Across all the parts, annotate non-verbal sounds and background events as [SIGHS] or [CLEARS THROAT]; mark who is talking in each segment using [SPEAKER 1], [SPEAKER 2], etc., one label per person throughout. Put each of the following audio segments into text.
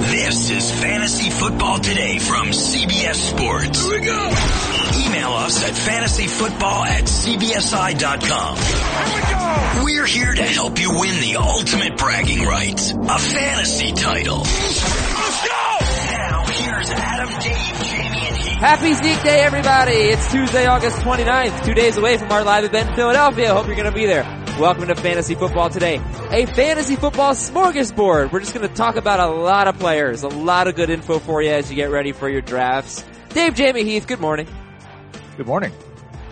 [SPEAKER 1] is Fantasy Football Today from CBS Sports. Here we go. Email us at fantasyfootball at cbsi.com. Here we go. We're here to help you win the ultimate bragging rights, a fantasy title. Let's go. Now, here's Adam, Dave, Jamie, and Heath.
[SPEAKER 2] Happy Zeke Day, everybody! It's Tuesday, August 29th, two days away from our live event in Philadelphia. Hope you're going to be there. Welcome to Fantasy Football Today, a fantasy football smorgasbord. We're just going to talk about a lot of players, a lot of good info for you as you get ready for your drafts. Dave, Jamie, Heath, good morning.
[SPEAKER 3] Good morning.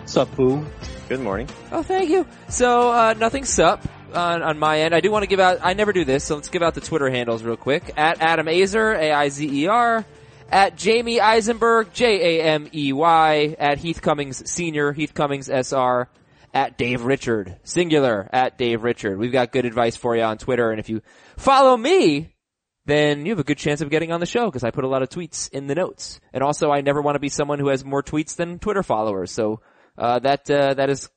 [SPEAKER 4] Good morning.
[SPEAKER 2] Oh, thank you. So, uh, nothing's up on, on my end. I do want to give out, I never do this, so let's give out the Twitter handles real quick. At Adam Azer, A-I-Z-E-R. E At Jamie Eisenberg, J-A-M-E-Y. E At Heath Cummings Sr., Heath Cummings S-R. At Dave Richard, singular, at Dave Richard. We've got good advice for you on Twitter, and if you follow me, then you have a good chance of getting on the show because I put a lot of tweets in the notes. And also, I never want to be someone who has more tweets than Twitter followers. So uh, that uh, that is,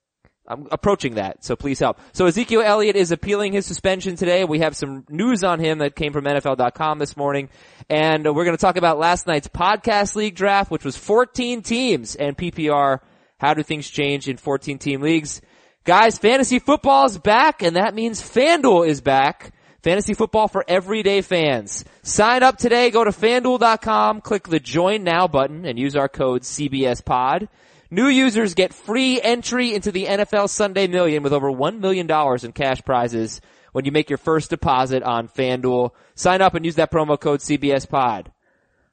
[SPEAKER 2] I'm approaching that. So please help. So Ezekiel Elliott is appealing his suspension today. We have some news on him that came from NFL.com this morning, and we're going to talk about last night's podcast league draft, which was 14 teams and PPR. How do things change in 14 team leagues? Guys, fantasy football is back, and that means FanDuel is back. Fantasy football for everyday fans. Sign up today. Go to fanduel.com, click the join now button and use our code CBSPOD. New users get free entry into the NFL Sunday Million with over $1 million in cash prizes when you make your first deposit on FanDuel. Sign up and use that promo code CBSPOD.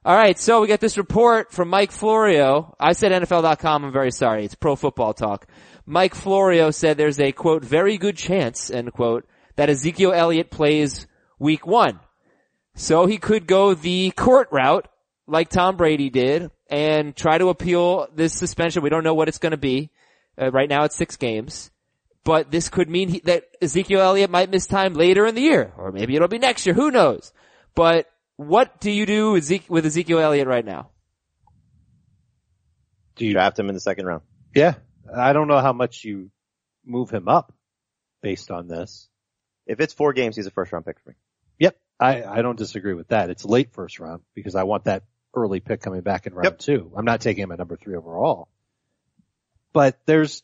[SPEAKER 2] All right, so we got this report from Mike Florio. I said NFL.com. I'm very sorry. It's pro football talk. Mike Florio said there's a quote very good chance end quote that Ezekiel Elliott plays Week One, so he could go the court route like Tom Brady did and try to appeal this suspension. We don't know what it's going to be. Uh, right now, it's six games, but this could mean he, that Ezekiel Elliott might miss time later in the year, or maybe it'll be next year. Who knows? But what do you do with, Zeke, with Ezekiel Elliott right now?
[SPEAKER 3] Do you?
[SPEAKER 4] Draft him in the second round.
[SPEAKER 3] Yeah. I don't know how much you move him up based on this.
[SPEAKER 4] If it's four games, he's a first round pick for me.
[SPEAKER 3] Yep. I, I don't disagree with that. It's late first round because I want that early pick coming back in round
[SPEAKER 4] Yep.
[SPEAKER 3] two. I'm not taking him at number three overall. But there's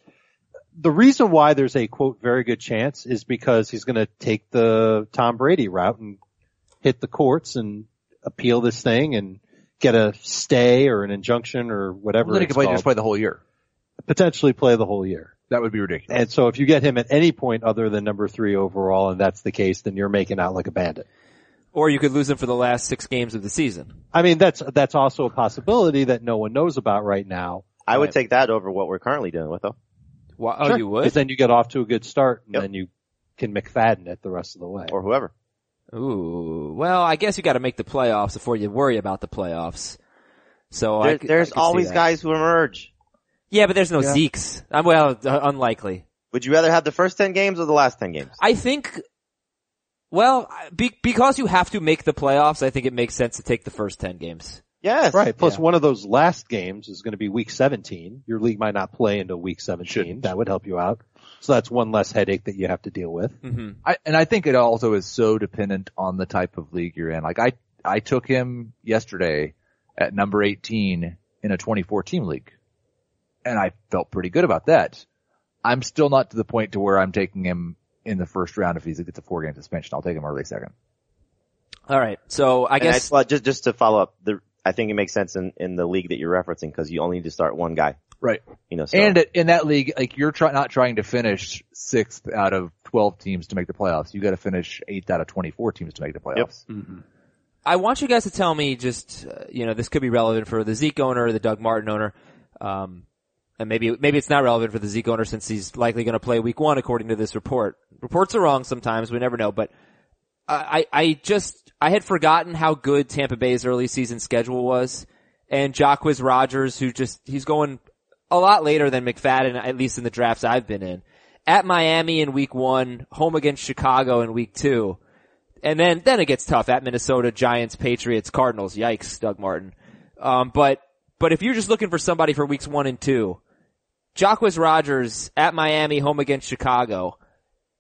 [SPEAKER 3] the reason why there's a quote very good chance is because he's going to take the Tom Brady route and hit the courts and appeal this thing and get a stay or an injunction or whatever.
[SPEAKER 5] Well, then he
[SPEAKER 3] it's
[SPEAKER 5] could play,
[SPEAKER 3] called.
[SPEAKER 5] just play the whole year.
[SPEAKER 3] potentially play the whole year.
[SPEAKER 5] That would be ridiculous.
[SPEAKER 3] And so if you get him at any point other than number three overall and that's the case, then you're making out like a bandit.
[SPEAKER 2] Or you could lose him for the last six games of the season.
[SPEAKER 3] I mean, that's, that's also a possibility that no one knows about right now.
[SPEAKER 4] I would
[SPEAKER 3] Right.
[SPEAKER 4] take that over what we're currently dealing with though.
[SPEAKER 2] Why, oh,
[SPEAKER 3] Sure.
[SPEAKER 2] you
[SPEAKER 3] 'Cause
[SPEAKER 2] would?
[SPEAKER 3] then you get off to a good start and
[SPEAKER 4] Yep.
[SPEAKER 3] then you can McFadden it the rest of the way.
[SPEAKER 4] Or whoever.
[SPEAKER 2] Ooh, well, I guess you got to make the playoffs before you worry about the playoffs. So I
[SPEAKER 4] There-
[SPEAKER 2] c- I
[SPEAKER 4] there's
[SPEAKER 2] could see
[SPEAKER 4] always
[SPEAKER 2] that.
[SPEAKER 4] guys who emerge.
[SPEAKER 2] Yeah, but there's no
[SPEAKER 3] Yeah.
[SPEAKER 2] Zeke's. Um, well, uh, unlikely.
[SPEAKER 4] Would you rather have the first 10 games or the last 10 games?
[SPEAKER 2] I think. Well, I- be, because you have to make the playoffs, I think it makes sense to take the first ten games.
[SPEAKER 4] Yes.
[SPEAKER 3] Right. Plus
[SPEAKER 2] Yeah.
[SPEAKER 3] one of those last games is going to be week 17. Your league might not play until week 17. That would help you out. So that's one less headache that you have to deal with.
[SPEAKER 2] Mm-hmm.
[SPEAKER 5] I, and I think it also is so dependent on the type of league you're in. Like I, I took him yesterday at number 18 in a 24 team league and I felt pretty good about that. I'm still not to the point to where I'm taking him in the first round. If he gets a four game suspension, I'll take him early second.
[SPEAKER 2] All right. So I
[SPEAKER 4] And I
[SPEAKER 2] guess
[SPEAKER 4] well, just, just to follow up, the, I think it makes sense in, in the league that you're referencing because you only need to start one guy.
[SPEAKER 5] Right.
[SPEAKER 4] You know, so.
[SPEAKER 5] And it- in that league, like you're try, not trying to finish sixth out of 12 teams to make the playoffs. You got to finish eighth out of 24 teams to make the playoffs.
[SPEAKER 2] I want you guys to tell me just, uh, you know, this could be relevant for the Zeke owner or the Doug Martin owner. Um, and maybe, maybe it's not relevant for the Zeke owner since he's likely going to play week one according to this report. Reports are wrong sometimes. We never know, but I, I I just, I had forgotten how good Tampa Bay's early season schedule was and Jacquez Rogers who just, he's going a lot later than McFadden, at least in the drafts I've been in. At Miami in week one, home against Chicago in week two. And then, then it gets tough at Minnesota, Giants, Patriots, Cardinals. Yikes, Doug Martin. Um, but, but if you're just looking for somebody for weeks one and two, Jacquez Rogers at Miami, home against Chicago,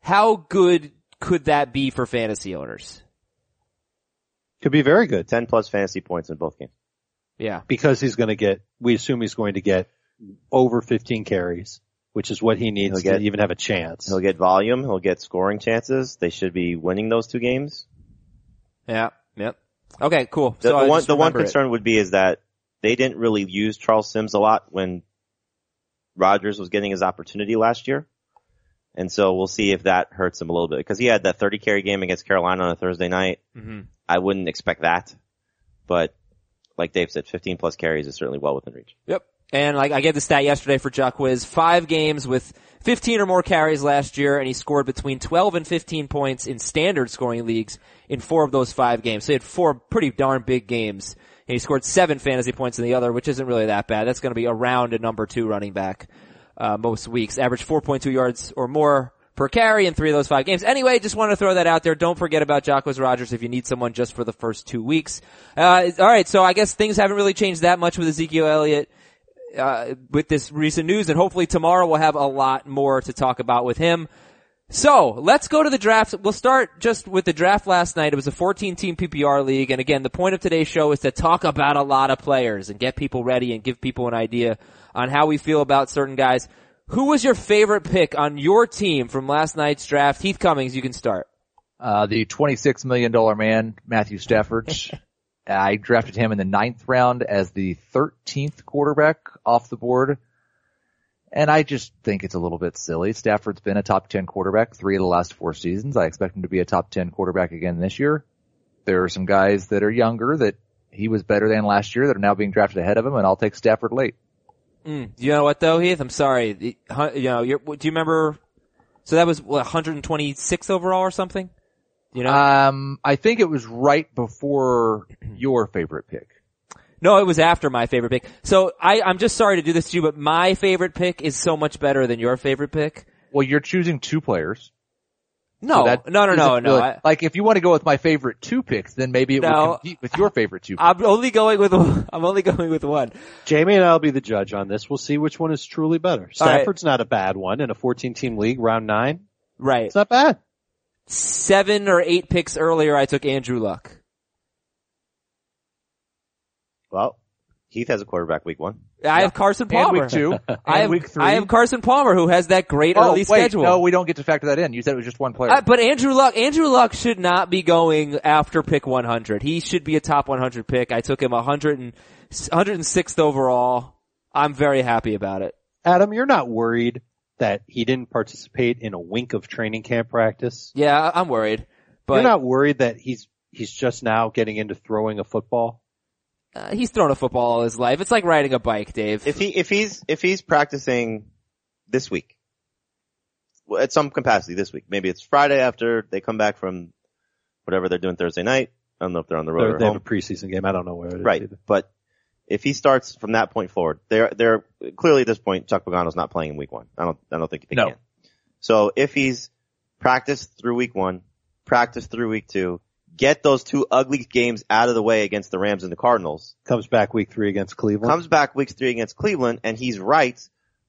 [SPEAKER 2] how good could that be for fantasy owners?
[SPEAKER 3] Could be very good
[SPEAKER 4] Ten plus fantasy points in both games.
[SPEAKER 2] Yeah.
[SPEAKER 3] because he's going to get, we assume he's going to get over 15 carries, which is what he needs
[SPEAKER 4] He'll
[SPEAKER 3] to
[SPEAKER 4] get-
[SPEAKER 3] even have a chance.
[SPEAKER 4] He'll get volume. He'll get scoring chances. They should be winning those two games.
[SPEAKER 2] Yeah. Yep. Okay, cool.
[SPEAKER 4] The,
[SPEAKER 2] so
[SPEAKER 4] the
[SPEAKER 2] I
[SPEAKER 4] one,
[SPEAKER 2] just
[SPEAKER 4] the one
[SPEAKER 2] remember it.
[SPEAKER 4] concern would be is that they didn't really use Charles Sims a lot when Rodgers was getting his opportunity last year. And so we'll see if that hurts him a little bit because he had that 30 carry game against Carolina on a Thursday night.
[SPEAKER 2] Mhm.
[SPEAKER 4] I wouldn't expect that, but like Dave said, 15 plus carries is certainly well within reach.
[SPEAKER 2] Yep. And like I gave the stat yesterday for Jacquez, five games with 15 or more carries last year, and he scored between 12 and 15 points in standard scoring leagues in four of those five games. So he had four pretty darn big games. And he scored seven fantasy points in the other, which isn't really that bad. That's going to be around a number two running back uh, most weeks. Averaged 4.2 yards or more per carry in three of those five games. Anyway, just wanted to throw that out there. Don't forget about Jacquez Rogers if you need someone just for the first two weeks. Uh, all right, so I guess things haven't really changed that much with Ezekiel Elliott uh, with this recent news, and hopefully tomorrow we'll have a lot more to talk about with him. So let's go to the draft. We'll start just with the draft last night. It was a 14 team PPR league. And again, the point of today's show is to talk about a lot of players and get people ready and give people an idea on how we feel about certain guys. Who was your favorite pick on your team from last night's draft? Heath Cummings, you can start.
[SPEAKER 5] Uh, the $26 million man, Matthew Stafford. I drafted him in the ninth round as the 13th quarterback off the board. And I just think it's a little bit silly. Stafford's been a top 10 quarterback three of the last four seasons. I expect him to be a top 10 quarterback again this year. There are some guys that are younger that he was better than last year that are now being drafted ahead of him and I'll take Stafford late.
[SPEAKER 2] Mm, you know what though, Heath? I'm sorry. The- hun- You know, you're, do you remember? So that was what, 126 overall or something? You know?
[SPEAKER 5] Um, I think it was right before your favorite pick.
[SPEAKER 2] No, it was after my favorite pick. So I, I'm just sorry to do this to you, but my favorite pick is so much better than your favorite pick.
[SPEAKER 5] Well, you're choosing two players.
[SPEAKER 2] No,
[SPEAKER 5] So that
[SPEAKER 2] no, no, no,
[SPEAKER 5] isn't
[SPEAKER 2] no.
[SPEAKER 5] really-
[SPEAKER 2] I,
[SPEAKER 5] like if you want to go with my favorite two picks, then maybe it
[SPEAKER 2] No.
[SPEAKER 5] would compete with your favorite two.
[SPEAKER 2] [LAUGHS]
[SPEAKER 5] picks.
[SPEAKER 2] I'm only going with [LAUGHS] I'm only going with one.
[SPEAKER 3] Jamie and I'll be the judge on this. We'll see which one is truly better.
[SPEAKER 2] All right.
[SPEAKER 3] Stafford's not a bad one in a 14 team league, round nine.
[SPEAKER 2] Right,
[SPEAKER 3] It's not bad.
[SPEAKER 2] seven or eight picks earlier, I took Andrew Luck.
[SPEAKER 4] Well, Heath has a quarterback week one.
[SPEAKER 2] I have Carson
[SPEAKER 5] and
[SPEAKER 2] Palmer.
[SPEAKER 5] week two,
[SPEAKER 2] [LAUGHS] I
[SPEAKER 5] and
[SPEAKER 2] have
[SPEAKER 5] week three.
[SPEAKER 2] I have Carson Palmer who has that great
[SPEAKER 5] oh,
[SPEAKER 2] early
[SPEAKER 5] wait,
[SPEAKER 2] schedule.
[SPEAKER 5] No, we don't get to factor that in. You said it was just one player.
[SPEAKER 2] Uh, but Andrew Luck, Andrew Luck should not be going after pick 100. He should be a top 100 pick. I took him 100 and, 106th overall. I'm very happy about it.
[SPEAKER 3] Adam, you're not worried that he didn't participate in a wink of training camp practice?
[SPEAKER 2] Yeah, I- I'm worried. But
[SPEAKER 3] you're not worried that he's, he's just now getting into throwing a football?
[SPEAKER 2] uh, he's thrown a football all his life. It's like riding a bike, Dave.
[SPEAKER 4] If he, if he's, if he's practicing this week, well, at some capacity this week, maybe it's Friday after they come back from whatever they're doing Thursday night. I don't know if they're on the road
[SPEAKER 3] They're-
[SPEAKER 4] or
[SPEAKER 3] They have
[SPEAKER 4] home.
[SPEAKER 3] a preseason game. I don't know where it is.
[SPEAKER 4] Right.
[SPEAKER 3] either.
[SPEAKER 4] But if he starts from that point forward, they're, they're clearly at this point, Chuck Pagano's not playing in week one. I don't, I don't think they
[SPEAKER 5] No.
[SPEAKER 4] can. So if he's practiced through week one, practiced through week two, get those two ugly games out of the way against the Rams and the Cardinals,
[SPEAKER 3] Comes back week three against Cleveland.
[SPEAKER 4] comes back week three against Cleveland and he's right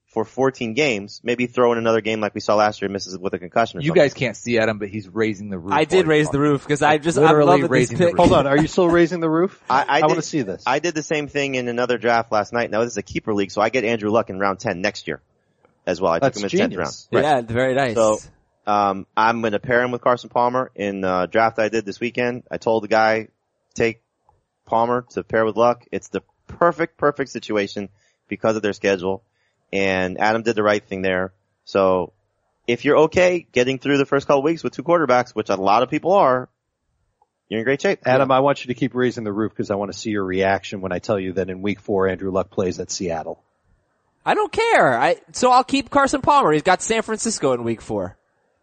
[SPEAKER 4] for 14 games, maybe throw in another game like we saw last year, misses with a concussion or
[SPEAKER 5] you
[SPEAKER 4] something.
[SPEAKER 5] guys can't see Adam, but he's raising the roof.
[SPEAKER 2] I did
[SPEAKER 5] while
[SPEAKER 2] raise
[SPEAKER 5] he's
[SPEAKER 2] the
[SPEAKER 5] talking.
[SPEAKER 2] roof because I just, I'm
[SPEAKER 5] Literally
[SPEAKER 2] loving this
[SPEAKER 5] raising the
[SPEAKER 2] pick.
[SPEAKER 5] roof.
[SPEAKER 3] Hold on. Are you still raising the roof?
[SPEAKER 4] [LAUGHS] I- I
[SPEAKER 3] want to
[SPEAKER 4] did-
[SPEAKER 3] see this.
[SPEAKER 4] I did the same thing in another draft last night. Now this is a keeper league, so I get Andrew Luck in round 10 next year as well. I
[SPEAKER 3] That's
[SPEAKER 4] took him in 10th round.
[SPEAKER 3] genius.
[SPEAKER 2] Yeah, very nice.
[SPEAKER 4] So- Um, I'm going to pair him with Carson Palmer in uh, draft I did this weekend. I told the guy take Palmer to pair with Luck. It's the perfect, perfect situation because of their schedule. And Adam did the right thing there. So if you're okay getting through the first couple weeks with two quarterbacks, which a lot of people are, you're in great shape.
[SPEAKER 3] Adam, I want you to keep raising the roof because I want to see your reaction when I tell you that in week four, Andrew Luck plays at Seattle.
[SPEAKER 2] I don't care. I, so I'll keep Carson Palmer. He's got San Francisco in week four.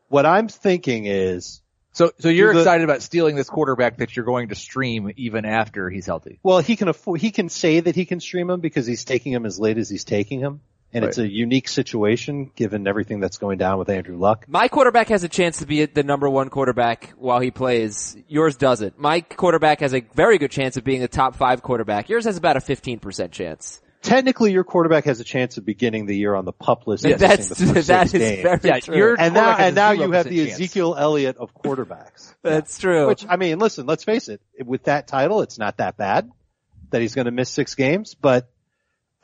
[SPEAKER 3] What I'm thinking is,
[SPEAKER 5] So, so you're
[SPEAKER 3] the-
[SPEAKER 5] excited about stealing this quarterback that you're going to stream even after he's healthy.
[SPEAKER 3] well, he can afford, he can say that he can stream him because he's taking him as late as he's taking him. And it's a unique situation given everything that's going down with Andrew Luck.
[SPEAKER 2] My quarterback has a chance to be the number one quarterback while he plays. Yours doesn't. My quarterback has a very good chance of being the top five quarterback. Yours has about a 15% chance.
[SPEAKER 3] technically your quarterback has a chance of beginning the year on the pup list. and
[SPEAKER 2] That's
[SPEAKER 3] missing the first
[SPEAKER 2] [LAUGHS] that
[SPEAKER 3] six
[SPEAKER 2] is
[SPEAKER 3] games.
[SPEAKER 2] very
[SPEAKER 5] Yeah,
[SPEAKER 2] true.
[SPEAKER 5] you're-
[SPEAKER 3] and now
[SPEAKER 5] quarterback has
[SPEAKER 3] and
[SPEAKER 5] a
[SPEAKER 3] now you have
[SPEAKER 5] 0%
[SPEAKER 3] the
[SPEAKER 5] chance.
[SPEAKER 3] Ezekiel Elliott of
[SPEAKER 2] [LAUGHS]
[SPEAKER 3] quarterbacks.
[SPEAKER 2] That's true.
[SPEAKER 3] Which I mean, listen, let's face it. With that title, it's not that bad that he's going to miss six games. But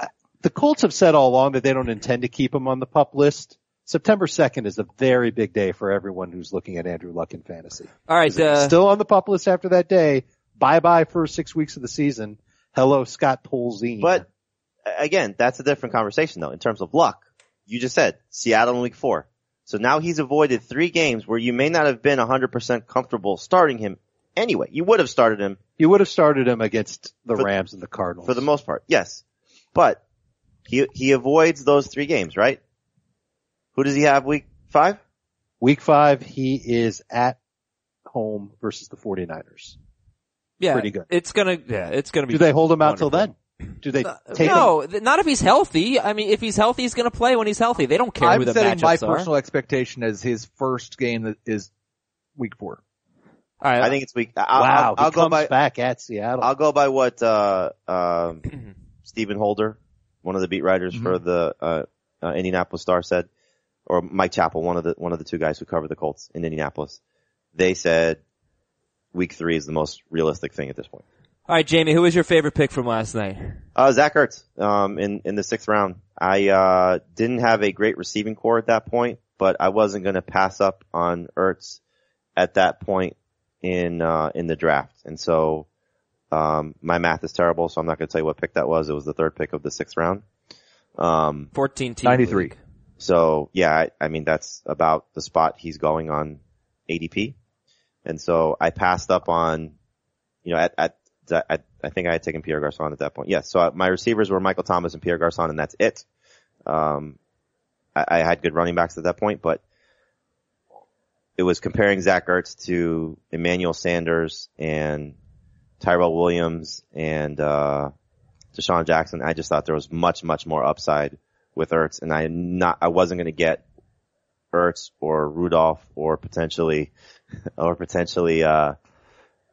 [SPEAKER 3] uh, the Colts have said all along that they don't intend to keep him on the pup list. September second is a very big day for everyone who's looking at Andrew Luck in fantasy.
[SPEAKER 2] All right,
[SPEAKER 3] If he's
[SPEAKER 2] uh,
[SPEAKER 3] still on the pup list after that day. Bye bye for six weeks of the season. Hello, Scott Polzine.
[SPEAKER 4] But a- again, that's a different conversation though. In terms of luck, you just said Seattle in week four. So now he's avoided three games where you may not have been 100% comfortable starting him anyway. You would have started him
[SPEAKER 3] you would have started him against the
[SPEAKER 4] For-
[SPEAKER 3] Rams and the Cardinals
[SPEAKER 4] for the most part. Yes. But he, he avoids those three games, right? Who does he have week five?
[SPEAKER 3] Week five, he is at home versus the 49ers.
[SPEAKER 2] uh, yeah,
[SPEAKER 3] pretty good.
[SPEAKER 2] It's gonna, yeah, it's gonna be.
[SPEAKER 3] Do they hold him out till then? Do they take him?
[SPEAKER 2] Uh, no, th- not if he's healthy. I mean, if he's healthy, he's gonna play when he's healthy. They don't care
[SPEAKER 5] I'm
[SPEAKER 2] who the
[SPEAKER 5] setting my
[SPEAKER 2] matchups are.
[SPEAKER 5] personal expectation as his first game that is week four.
[SPEAKER 2] All right,
[SPEAKER 4] I think it's week. I'll,
[SPEAKER 3] wow,
[SPEAKER 4] I'll, I'll
[SPEAKER 3] he
[SPEAKER 4] go
[SPEAKER 3] comes
[SPEAKER 4] by.
[SPEAKER 3] back at Seattle.
[SPEAKER 4] I'll go by what uh, um Stephen Holder, one of the beat writers for the uh, uh, Indianapolis Star, said, or Mike Chappell, one of the one of the two guys who cover the Colts in Indianapolis. They said week three is the most realistic thing at this point.
[SPEAKER 2] all right, Jamie, who was your favorite pick from last night?
[SPEAKER 4] Uh, Zach Ertz, um, in, in the sixth round. I, uh, didn't have a great receiving core at that point, but I wasn't going to pass up on Ertz at that point in, uh, in the draft. And so, um, my math is terrible, so I'm not going to tell you what pick that was. It was the third pick of the sixth round. Um,
[SPEAKER 2] Fourteen team.
[SPEAKER 5] 93.
[SPEAKER 2] league.
[SPEAKER 4] so yeah, I, I mean, that's about the spot he's going on ADP. And so I passed up on, you know, at, at, I, I think I had taken Pierre Garcon at that point. Yes. so I, my receivers were Michael Thomas and Pierre Garcon and that's it. Um, I, I had good running backs at that point, but it was comparing Zach Ertz to Emmanuel Sanders and Tyrell Williams and, uh, Deshaun Jackson. I just thought there was much, much more upside with Ertz, and I not I wasn't going to get Ertz or Rudolph or potentially [LAUGHS] or potentially uh,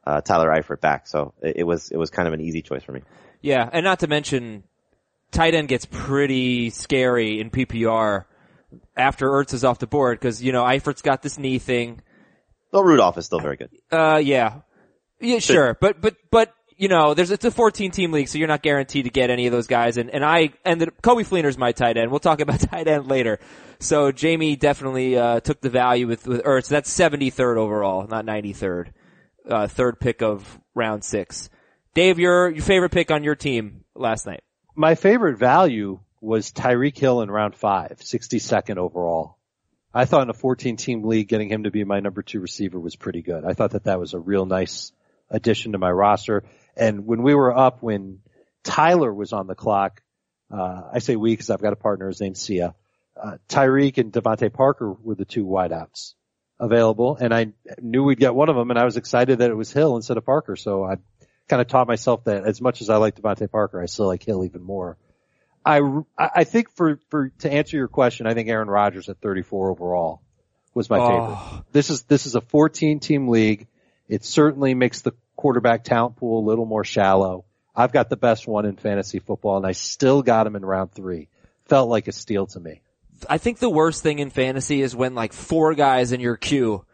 [SPEAKER 4] uh, Tyler Eifert back. So it, it was it was kind of an easy choice for me.
[SPEAKER 2] Yeah, and not to mention, tight end gets pretty scary in PPR after Ertz is off the board because you know Eifert's got this knee thing.
[SPEAKER 4] Though Rudolph is still very good.
[SPEAKER 2] Uh, yeah, yeah, sure, but but but you know, there's it's a 14 team league, so you're not guaranteed to get any of those guys. And and I and the, Kobe Fleener's my tight end. We'll talk about [LAUGHS] tight end later. So Jamie definitely uh, took the value with with Ertz. That's 73rd overall, not 93rd. Uh, third pick of round six. Dave, your your favorite pick on your team last night.
[SPEAKER 3] My favorite value was Tyreek Hill in round five, 62nd overall. I thought in a 14 team league, getting him to be my number two receiver was pretty good. I thought that that was a real nice addition to my roster. And when we were up, when Tyler was on the clock, uh, I say we because I've got a partner, his name's Sia. Uh, Tyreek and Devontae Parker were the two wideouts available and I knew we'd get one of them and I was excited that it was Hill instead of Parker. So I kind of taught myself that as much as I like Devontae Parker, I still like Hill even more. I, I I think for, for, to answer your question, I think Aaron Rodgers at 34 overall was my favorite. This is, this is a 14 team league. It certainly makes the quarterback talent pool a little more shallow. I've got the best one in fantasy football and I still got him in round three. Felt like a steal to me.
[SPEAKER 2] I think the worst thing in fantasy is when like four guys in your queue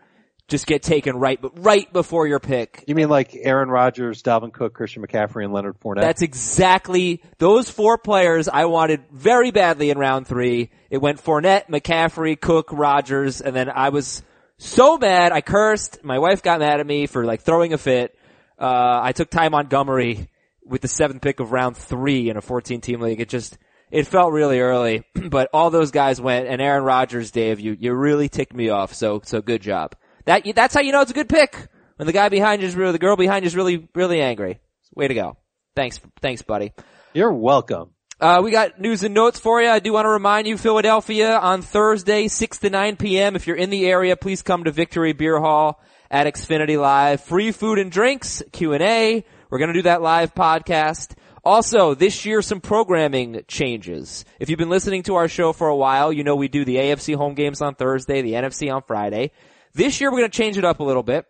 [SPEAKER 2] just get taken right, but right before your pick.
[SPEAKER 3] You mean like Aaron Rodgers, Dalvin Cook, Christian McCaffrey, and Leonard Fournette?
[SPEAKER 2] That's exactly those four players I wanted very badly in round three. It went Fournette, McCaffrey, Cook, Rogers, and then I was so mad I cursed. My wife got mad at me for like throwing a fit. Uh, I took Ty Montgomery with the seventh pick of round three in a 14 team league. It just, it felt really early, [CLEARS THROAT] but all those guys went and Aaron Rodgers, Dave, you, you really ticked me off. So, so good job. That, that's how you know it's a good pick. When the guy behind you is really, the girl behind you is really, really angry. Way to go. Thanks, thanks, buddy.
[SPEAKER 3] You're welcome.
[SPEAKER 2] Uh, we got news and notes for you. I do want to remind you, Philadelphia on Thursday, 6 to 9 p.m. If you're in the area, please come to Victory Beer Hall at Xfinity Live. Free food and drinks, Q&A. We're going to do that live podcast. Also, this year, some programming changes. If you've been listening to our show for a while, you know we do the AFC home games on Thursday, the NFC on Friday. This year, we're going to change it up a little bit.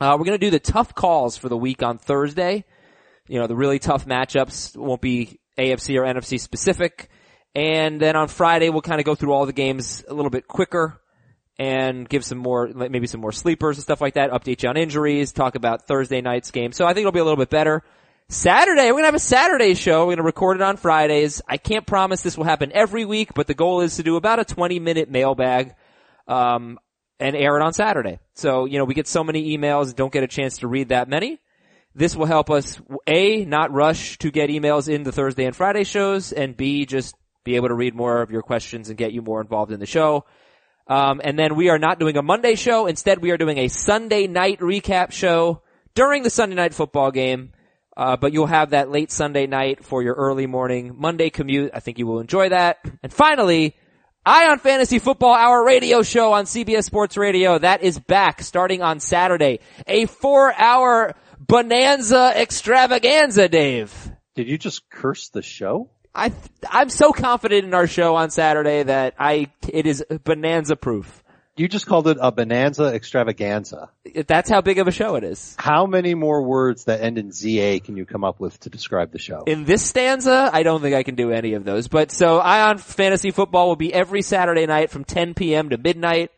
[SPEAKER 2] Uh, we're going to do the tough calls for the week on Thursday you know, the really tough matchups won't be AFC or NFC specific. And then on Friday, we'll kind of go through all the games a little bit quicker and give some more, like, maybe some more sleepers and stuff like that, update you on injuries, talk about Thursday night's game. So I think it'll be a little bit better. Saturday, we're gonna have a Saturday show. We're gonna record it on Fridays. I can't promise this will happen every week, but the goal is to do about a 20 minute mailbag, um, and air it on Saturday. So, you know, we get so many emails, don't get a chance to read that many. This will help us, A, not rush to get emails in the Thursday and Friday shows, and B, just be able to read more of your questions and get you more involved in the show. Um, and then we are not doing a Monday show. Instead, we are doing a Sunday night recap show during the Sunday night football game. Uh, but you'll have that late Sunday night for your early morning Monday commute. I think you will enjoy that. And finally, Ion Fantasy Football Hour radio show on CBS Sports Radio. That is back starting on Saturday. A four hour bonanza extravaganza, Dave.
[SPEAKER 3] Did you just curse the show?
[SPEAKER 2] I I'm so confident in our show on Saturday that I it is bonanza proof.
[SPEAKER 3] You just called it a bonanza extravaganza.
[SPEAKER 2] That's how big of a show it is.
[SPEAKER 3] How many more words that end in ZA can you come up with to describe the show?
[SPEAKER 2] In this stanza, I don't think I can do any of those. But so Ion Fantasy Football will be every Saturday night from 10 p.m. to midnight.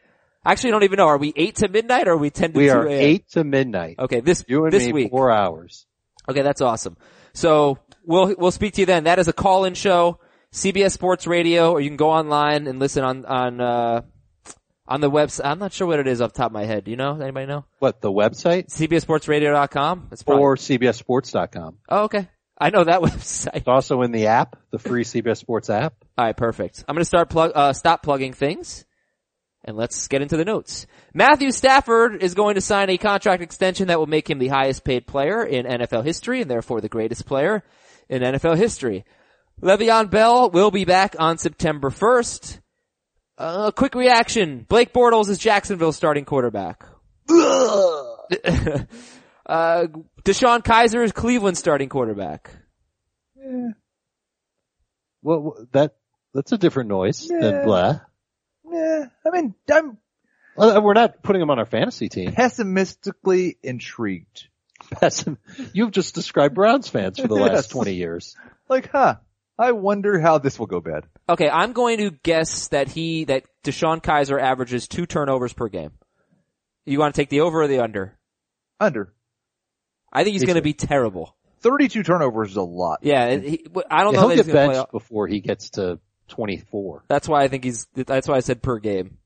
[SPEAKER 2] Actually, I don't even know. Are we 8 to midnight or are we 10 to
[SPEAKER 3] we
[SPEAKER 2] 2
[SPEAKER 3] are
[SPEAKER 2] a.m.?
[SPEAKER 3] eight to midnight.
[SPEAKER 2] Okay, this,
[SPEAKER 3] You and
[SPEAKER 2] this
[SPEAKER 3] me,
[SPEAKER 2] week.
[SPEAKER 3] four hours.
[SPEAKER 2] Okay, that's awesome. So we'll we'll speak to you then. That is a call in show, CBS Sports Radio, or you can go online and listen on on uh, on the website. I'm not sure what it is off the top of my head. Do you know? Anybody know?
[SPEAKER 3] What, the website?
[SPEAKER 2] CBSSportsRadio.com. It's probably.
[SPEAKER 3] Or cbsports.com.
[SPEAKER 2] oh, okay. I know that [LAUGHS] website.
[SPEAKER 3] It's also in the app, the free CBS Sports app.
[SPEAKER 2] All right, perfect. I'm going to start plug, uh, stop plugging things, and let's get into the notes. Matthew Stafford is going to sign a contract extension that will make him the highest paid player in NFL history, and therefore the greatest player in NFL history. Le'Veon Bell will be back on September 1st. Uh, quick reaction. Blake Bortles is Jacksonville's starting quarterback. [LAUGHS] uh, Deshaun Kaiser is Cleveland's starting quarterback.
[SPEAKER 3] Well, w- that, that's a different noise than
[SPEAKER 5] Yeah.
[SPEAKER 3] blah.
[SPEAKER 5] Yeah, Eh, I mean, I'm
[SPEAKER 3] Uh, We're not putting him on our fantasy team.
[SPEAKER 5] pessimistically intrigued.
[SPEAKER 3] Pessim- You've just described Browns fans for the
[SPEAKER 5] Yes.
[SPEAKER 3] last 20 years.
[SPEAKER 5] Like, huh? I wonder how this will go bad.
[SPEAKER 2] Okay, I'm going to guess that he that Deshaun Kaiser averages two turnovers per game. You want to take the over or the under?
[SPEAKER 5] Under
[SPEAKER 2] I think he's
[SPEAKER 3] Me
[SPEAKER 2] going to
[SPEAKER 3] too.
[SPEAKER 2] be terrible.
[SPEAKER 5] 32 turnovers is a lot.
[SPEAKER 2] Yeah, and he, but I don't
[SPEAKER 3] Yeah,
[SPEAKER 2] know
[SPEAKER 3] he'll
[SPEAKER 2] that he's
[SPEAKER 3] get
[SPEAKER 2] going to play.
[SPEAKER 3] benched before he gets to 24.
[SPEAKER 2] That's why I think he's. That's why I said per game.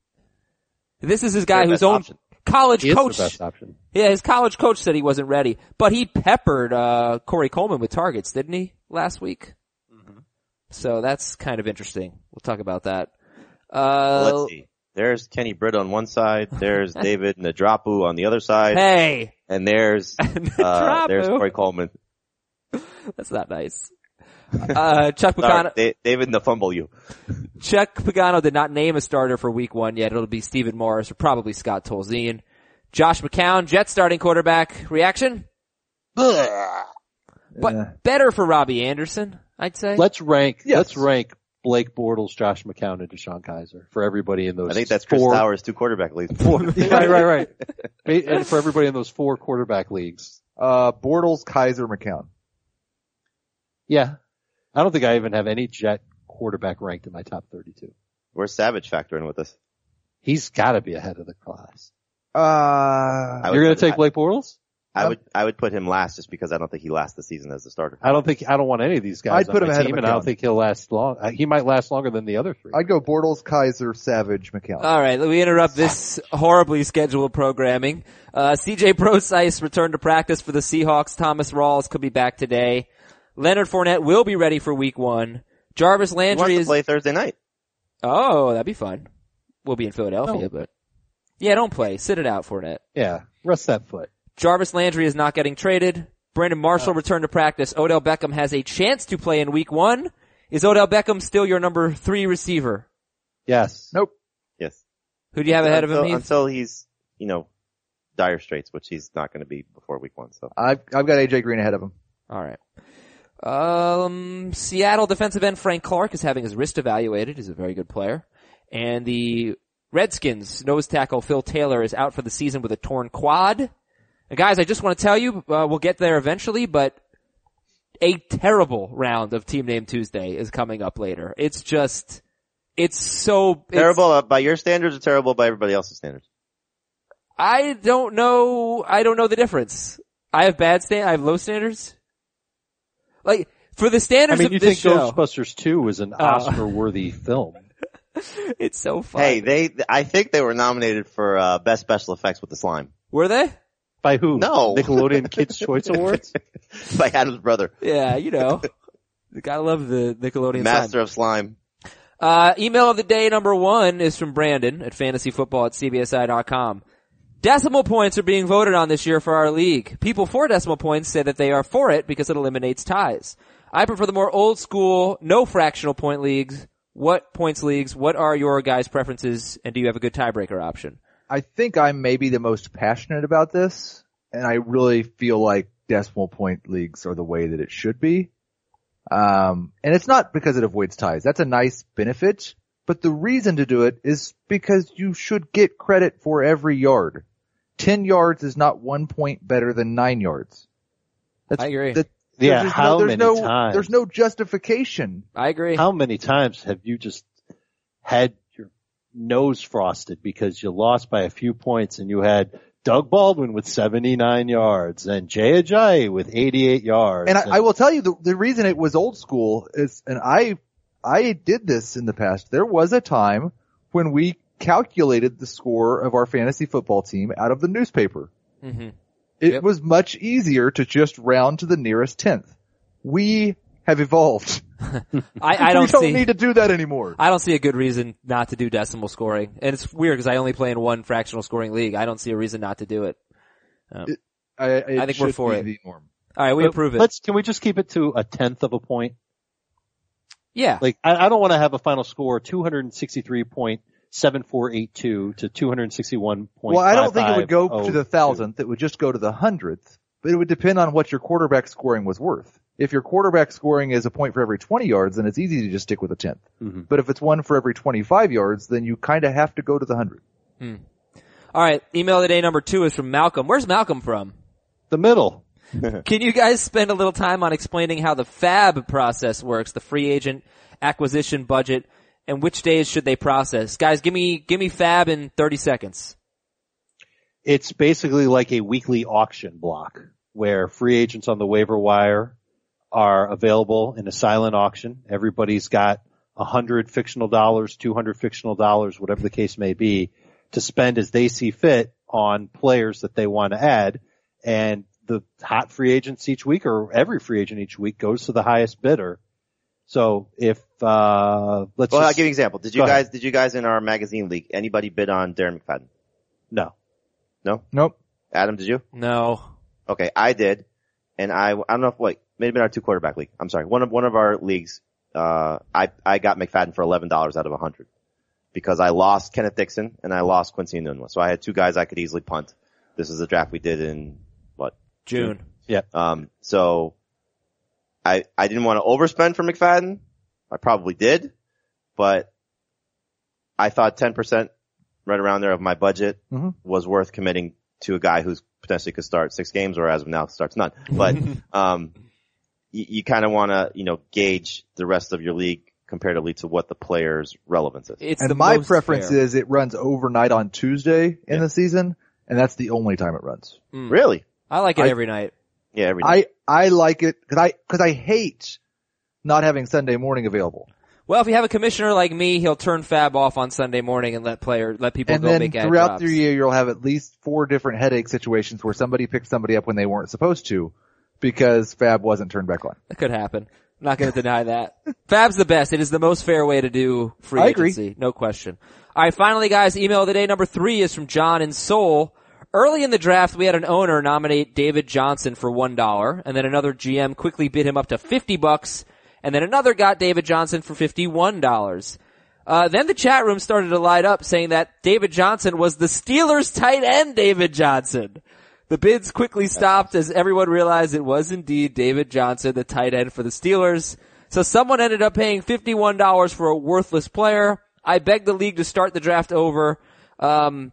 [SPEAKER 2] This is his guy
[SPEAKER 3] Their
[SPEAKER 2] whose
[SPEAKER 3] best
[SPEAKER 2] own
[SPEAKER 3] option.
[SPEAKER 2] college
[SPEAKER 3] He is
[SPEAKER 2] coach.
[SPEAKER 3] the best option.
[SPEAKER 2] Yeah, his college coach said he wasn't ready, but he peppered uh, Corey Coleman with targets, didn't he, last week?
[SPEAKER 4] Mm-hmm.
[SPEAKER 2] So that's kind of interesting. We'll talk about that. Uh,
[SPEAKER 4] Let's see. There's Kenny Britt on one side.
[SPEAKER 2] [LAUGHS]
[SPEAKER 4] There's David Nadrapu on the other side.
[SPEAKER 2] Hey, [LAUGHS]
[SPEAKER 4] And there's, uh, there's
[SPEAKER 2] Nadrapu.
[SPEAKER 4] Corey Coleman.
[SPEAKER 2] That's not nice. Uh, Chuck
[SPEAKER 4] Sorry,
[SPEAKER 2] Pagano,
[SPEAKER 4] Da- David the fumble you.
[SPEAKER 2] Chuck Pagano did not name a starter for week one yet. It'll be Stephen Morris or probably Scott Tolzien. Josh McCown, Jets starting quarterback. Reaction? But
[SPEAKER 5] Yeah.
[SPEAKER 2] better for Robbie Anderson, I'd say.
[SPEAKER 3] Let's rank,
[SPEAKER 5] Yes.
[SPEAKER 3] let's rank Blake Bortles, Josh McCown, and Deshaun Kaiser for everybody in those
[SPEAKER 4] I think that's Chris
[SPEAKER 3] four.
[SPEAKER 4] Towers, two quarterback leads.
[SPEAKER 3] [LAUGHS] right, right, right. Ba- and for everybody in those four quarterback leagues.
[SPEAKER 5] Uh, Bortles, Kaiser, McCown.
[SPEAKER 3] Yeah. I don't think I even have any Jet quarterback ranked in my top 32.
[SPEAKER 4] [LAUGHS] Where's Savage factoring with us?
[SPEAKER 3] He's gotta be ahead of the class.
[SPEAKER 5] Uh,
[SPEAKER 4] I would
[SPEAKER 3] You're gonna
[SPEAKER 4] put-
[SPEAKER 3] take Blake Bortles?
[SPEAKER 2] Um,
[SPEAKER 4] I would I would put him last just because I don't think he lasts the season as a starter.
[SPEAKER 3] I don't think I don't want any of these guys.
[SPEAKER 5] I'd
[SPEAKER 3] on
[SPEAKER 5] put him
[SPEAKER 3] my
[SPEAKER 5] ahead of
[SPEAKER 3] team, and I don't
[SPEAKER 5] McCown.
[SPEAKER 3] think he'll last long. Uh, He might last longer than the other three.
[SPEAKER 5] I'd go Bortles, Kaiser, Savage, McCown.
[SPEAKER 2] All right, we interrupt this horribly scheduled programming. Uh, CJ Procyse returned to practice for the Seahawks. Thomas Rawls could be back today. Leonard Fournette will be ready for week one. Jarvis
[SPEAKER 4] He wants
[SPEAKER 2] Landry
[SPEAKER 4] to
[SPEAKER 2] is
[SPEAKER 4] play Thursday night.
[SPEAKER 2] Oh, that'd be fun. We'll be in Philadelphia,
[SPEAKER 3] No.
[SPEAKER 2] but yeah, don't play. Sit it out, Fournette.
[SPEAKER 3] yeah, rest that foot.
[SPEAKER 2] Jarvis Landry is not getting traded. Brandon Marshall returned to practice. Odell Beckham has a chance to play in Week One. Is Odell Beckham still your number three receiver?
[SPEAKER 3] Yes.
[SPEAKER 5] Nope.
[SPEAKER 4] Yes.
[SPEAKER 2] Who do you have ahead of
[SPEAKER 4] until,
[SPEAKER 2] him? Heath?
[SPEAKER 4] until he's you know dire straits, which he's not going to be before week one. So
[SPEAKER 5] I've, I've got AJ Green ahead of him.
[SPEAKER 2] All right. Um, Seattle defensive end Frank Clark is having his wrist evaluated. He's a very good player. And the Redskins nose tackle Phil Taylor is out for the season with a torn quad. And guys, I just want to tell you, uh, we'll get there eventually, but a terrible round of Team Name Tuesday is coming up later. It's just, it's so it's-
[SPEAKER 4] Terrible uh, by your standards or terrible by everybody else's standards?
[SPEAKER 2] I don't know. I don't know the difference. I have bad stand. I have low standards. Like for the
[SPEAKER 3] I
[SPEAKER 2] standards
[SPEAKER 3] mean, you
[SPEAKER 2] of this
[SPEAKER 3] think
[SPEAKER 2] show,
[SPEAKER 3] Ghostbusters 2 was
[SPEAKER 5] Uh.
[SPEAKER 3] an
[SPEAKER 5] [LAUGHS]
[SPEAKER 3] Oscar-worthy film.
[SPEAKER 2] it's so fun.
[SPEAKER 4] Hey, they, I think they were nominated for, uh, best special effects with the slime. [LAUGHS]
[SPEAKER 2] Were they?
[SPEAKER 3] By who?
[SPEAKER 4] No.
[SPEAKER 3] Nickelodeon Kids Choice Awards?
[SPEAKER 4] By Adam's brother.
[SPEAKER 2] Yeah, you
[SPEAKER 5] [LAUGHS]
[SPEAKER 2] know. Gotta love the Nickelodeon. slime.
[SPEAKER 4] Master of slime.
[SPEAKER 2] Uh, email of the day number one is from Brandon at fantasyfootball at cbsi.com. Decimal points are being voted on this year for our league. People for decimal points say that they are for it because it eliminates ties. I prefer the more old school, no fractional point leagues. What points leagues? What are your guys' preferences? And do you have a good tiebreaker option?
[SPEAKER 5] I think I'm maybe the most passionate about this, and I really feel like decimal point leagues are the way that it should be. Um, and it's not because it avoids ties. That's a nice benefit, but the reason to do it is because you should get credit for every yard. 10 yards is not one point better than nine yards. That's,
[SPEAKER 2] I agree.
[SPEAKER 5] that-
[SPEAKER 3] Yeah,
[SPEAKER 5] just
[SPEAKER 3] how
[SPEAKER 5] there's
[SPEAKER 3] many
[SPEAKER 5] no,
[SPEAKER 3] times?
[SPEAKER 5] There's no justification.
[SPEAKER 2] I agree.
[SPEAKER 3] How many times have you just had your nose frosted because you lost by a few points and you had Doug Baldwin with 79 yards and Jay Ajayi with 88 yards.
[SPEAKER 5] And I, I will tell you the, the reason it was old school is, and I, I did this in the past. There was a time when we calculated the score of our fantasy football team out of the newspaper.
[SPEAKER 2] Mhm.
[SPEAKER 5] It
[SPEAKER 2] Yep.
[SPEAKER 5] was much easier to just round to the nearest tenth. We have evolved.
[SPEAKER 2] I, I don't
[SPEAKER 5] [LAUGHS] we don't
[SPEAKER 2] see.
[SPEAKER 5] need to do that anymore.
[SPEAKER 2] I don't see a good reason not to do decimal scoring. And it's weird because I only play in one fractional scoring league. I don't see a reason not to do it.
[SPEAKER 5] I, it
[SPEAKER 2] I think we're
[SPEAKER 5] should
[SPEAKER 2] for
[SPEAKER 5] be
[SPEAKER 2] it.
[SPEAKER 5] The norm.
[SPEAKER 2] All right, we
[SPEAKER 3] But
[SPEAKER 2] approve it.
[SPEAKER 3] Let's, can we just keep it to a tenth of a point?
[SPEAKER 2] Yeah.
[SPEAKER 3] Like, I, I don't want to have a final score 263.7482 to 261.55.
[SPEAKER 5] Well, I don't think it would go to the
[SPEAKER 3] oh
[SPEAKER 2] oh
[SPEAKER 5] thousandth. It would just go to the hundredth, but it would depend on what your quarterback scoring was worth. If your quarterback scoring is a point for every 20 yards, then it's easy to just stick with a 10th.
[SPEAKER 2] Mm-hmm.
[SPEAKER 3] Mhm.
[SPEAKER 5] But if it's one for every 25 yards, then you kind of have to go to the hundred.
[SPEAKER 2] All right, email of the day number two is from Malcolm. Where's Malcolm from?
[SPEAKER 3] The middle.
[SPEAKER 2] Can you guys spend a little time on explaining how the fab process works, the free agent acquisition budget, and which days should they process? Guys, give me, give me fab in 30 seconds.
[SPEAKER 3] it's basically like a weekly auction block where free agents on the waiver wire are available in a silent auction. Everybody's got a hundred fictional dollars, two hundred fictional dollars, whatever the case may be, to spend as they see fit on players that they want to add. And the hot free agents each week or every free agent each week goes to the highest bidder. So if, uh, let's
[SPEAKER 4] Well, I'll
[SPEAKER 3] just,
[SPEAKER 4] give you an example. Did you
[SPEAKER 3] Go ahead.
[SPEAKER 4] guys, did you guys in our magazine league, anybody bid on Darren McFadden?
[SPEAKER 3] no,
[SPEAKER 5] Nope.
[SPEAKER 4] Adam, did you?
[SPEAKER 2] No.
[SPEAKER 4] Okay, I did, and I I don't know if wait maybe in our two quarterback league. I'm sorry, one of one of our leagues. Uh, I I got McFadden for eleven dollars out of a hundred because I lost Kenneth Dixon and I lost Quincy Nunwa, so I had two guys I could easily punt. This is the draft we did in what?
[SPEAKER 2] June.
[SPEAKER 4] Um, so I I didn't want to overspend for McFadden. I probably did, but I thought ten percent right around there of my budget
[SPEAKER 5] Mhm.
[SPEAKER 4] was worth committing to a guy who's potentially could start six games or as of now starts none. But um, you, you kind of want to you know gauge the rest of your league comparatively to what the player's relevance is.
[SPEAKER 2] [LAUGHS] It's the
[SPEAKER 5] and my
[SPEAKER 2] most
[SPEAKER 5] preference
[SPEAKER 2] fair.
[SPEAKER 5] is it runs overnight on Tuesday in the season, and that's the only time it runs.
[SPEAKER 4] Really?
[SPEAKER 2] I like it
[SPEAKER 5] I-
[SPEAKER 2] every night.
[SPEAKER 4] Yeah, every night.
[SPEAKER 5] I, I like it because I, because I hate not having Sunday morning available.
[SPEAKER 2] Well, if you have a commissioner like me, he'll turn fab off on Sunday morning and let player, let people
[SPEAKER 5] and
[SPEAKER 2] go
[SPEAKER 5] then
[SPEAKER 2] make ad
[SPEAKER 5] throughout the
[SPEAKER 2] drops.
[SPEAKER 5] year you'll have at least four different headache situations where somebody picked somebody up when they weren't supposed to because fab wasn't turned back on
[SPEAKER 2] That could happen. I'm not going to deny
[SPEAKER 5] [LAUGHS]
[SPEAKER 2] that. Fab's the best. It is the most fair way to do free
[SPEAKER 5] I agree.
[SPEAKER 2] agency. No question. All right. Finally, guys, email of the day number three is from John in Seoul. Early in the draft, we had an owner nominate David Johnson for one dollar, and then another GM quickly bid him up to fifty bucks, and then another got David Johnson for fifty-one dollars. Uh, then the chat room started to light up, saying that David Johnson was the Steelers' tight end. David Johnson. The bids quickly stopped as everyone realized it was indeed David Johnson, the tight end for the Steelers. So someone ended up paying $51 for a worthless player. I begged the league to start the draft over. Um,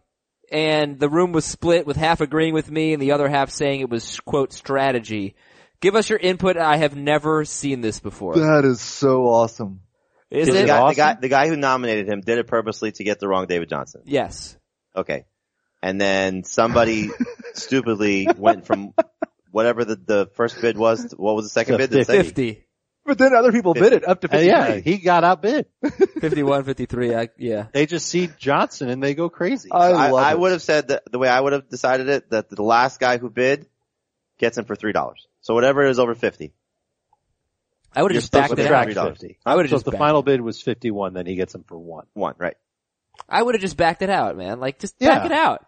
[SPEAKER 2] and the room was split with half agreeing with me and the other half saying it was, quote, strategy. Give us your input. I have never seen this before.
[SPEAKER 5] That is so awesome.
[SPEAKER 2] Is
[SPEAKER 4] The
[SPEAKER 2] it?
[SPEAKER 4] guy, the
[SPEAKER 3] awesome?
[SPEAKER 4] guy, the guy who nominated him did it purposely to get the wrong David Johnson.
[SPEAKER 2] Yes.
[SPEAKER 4] Okay. And then
[SPEAKER 5] [LAUGHS]
[SPEAKER 4] somebody stupidly went from whatever the, the first bid was, to, what was the second bid? The second-
[SPEAKER 2] 50.
[SPEAKER 5] But then other people bid it up to
[SPEAKER 3] Uh,
[SPEAKER 5] 50.
[SPEAKER 3] yeah, he got outbid.
[SPEAKER 2] 51, 53. I, yeah.
[SPEAKER 3] They just see Johnson and they go crazy.
[SPEAKER 5] I
[SPEAKER 4] I,
[SPEAKER 5] love
[SPEAKER 4] I
[SPEAKER 5] it.
[SPEAKER 4] would have said that the way I would have decided it, that the last guy who bid gets him for $3. So whatever it is over 50.
[SPEAKER 2] I would
[SPEAKER 4] You're
[SPEAKER 2] have just backed
[SPEAKER 4] supposed to
[SPEAKER 2] it
[SPEAKER 4] track
[SPEAKER 2] out.
[SPEAKER 4] it.
[SPEAKER 3] subtract
[SPEAKER 4] $3.
[SPEAKER 3] fifty.
[SPEAKER 2] I would've
[SPEAKER 3] So
[SPEAKER 2] just
[SPEAKER 3] if the
[SPEAKER 2] backed
[SPEAKER 3] final bid was fifty-one, then he gets him for one.
[SPEAKER 4] One, right.
[SPEAKER 2] I would have just backed it out, man. Like, just
[SPEAKER 3] Yeah.
[SPEAKER 2] back it out.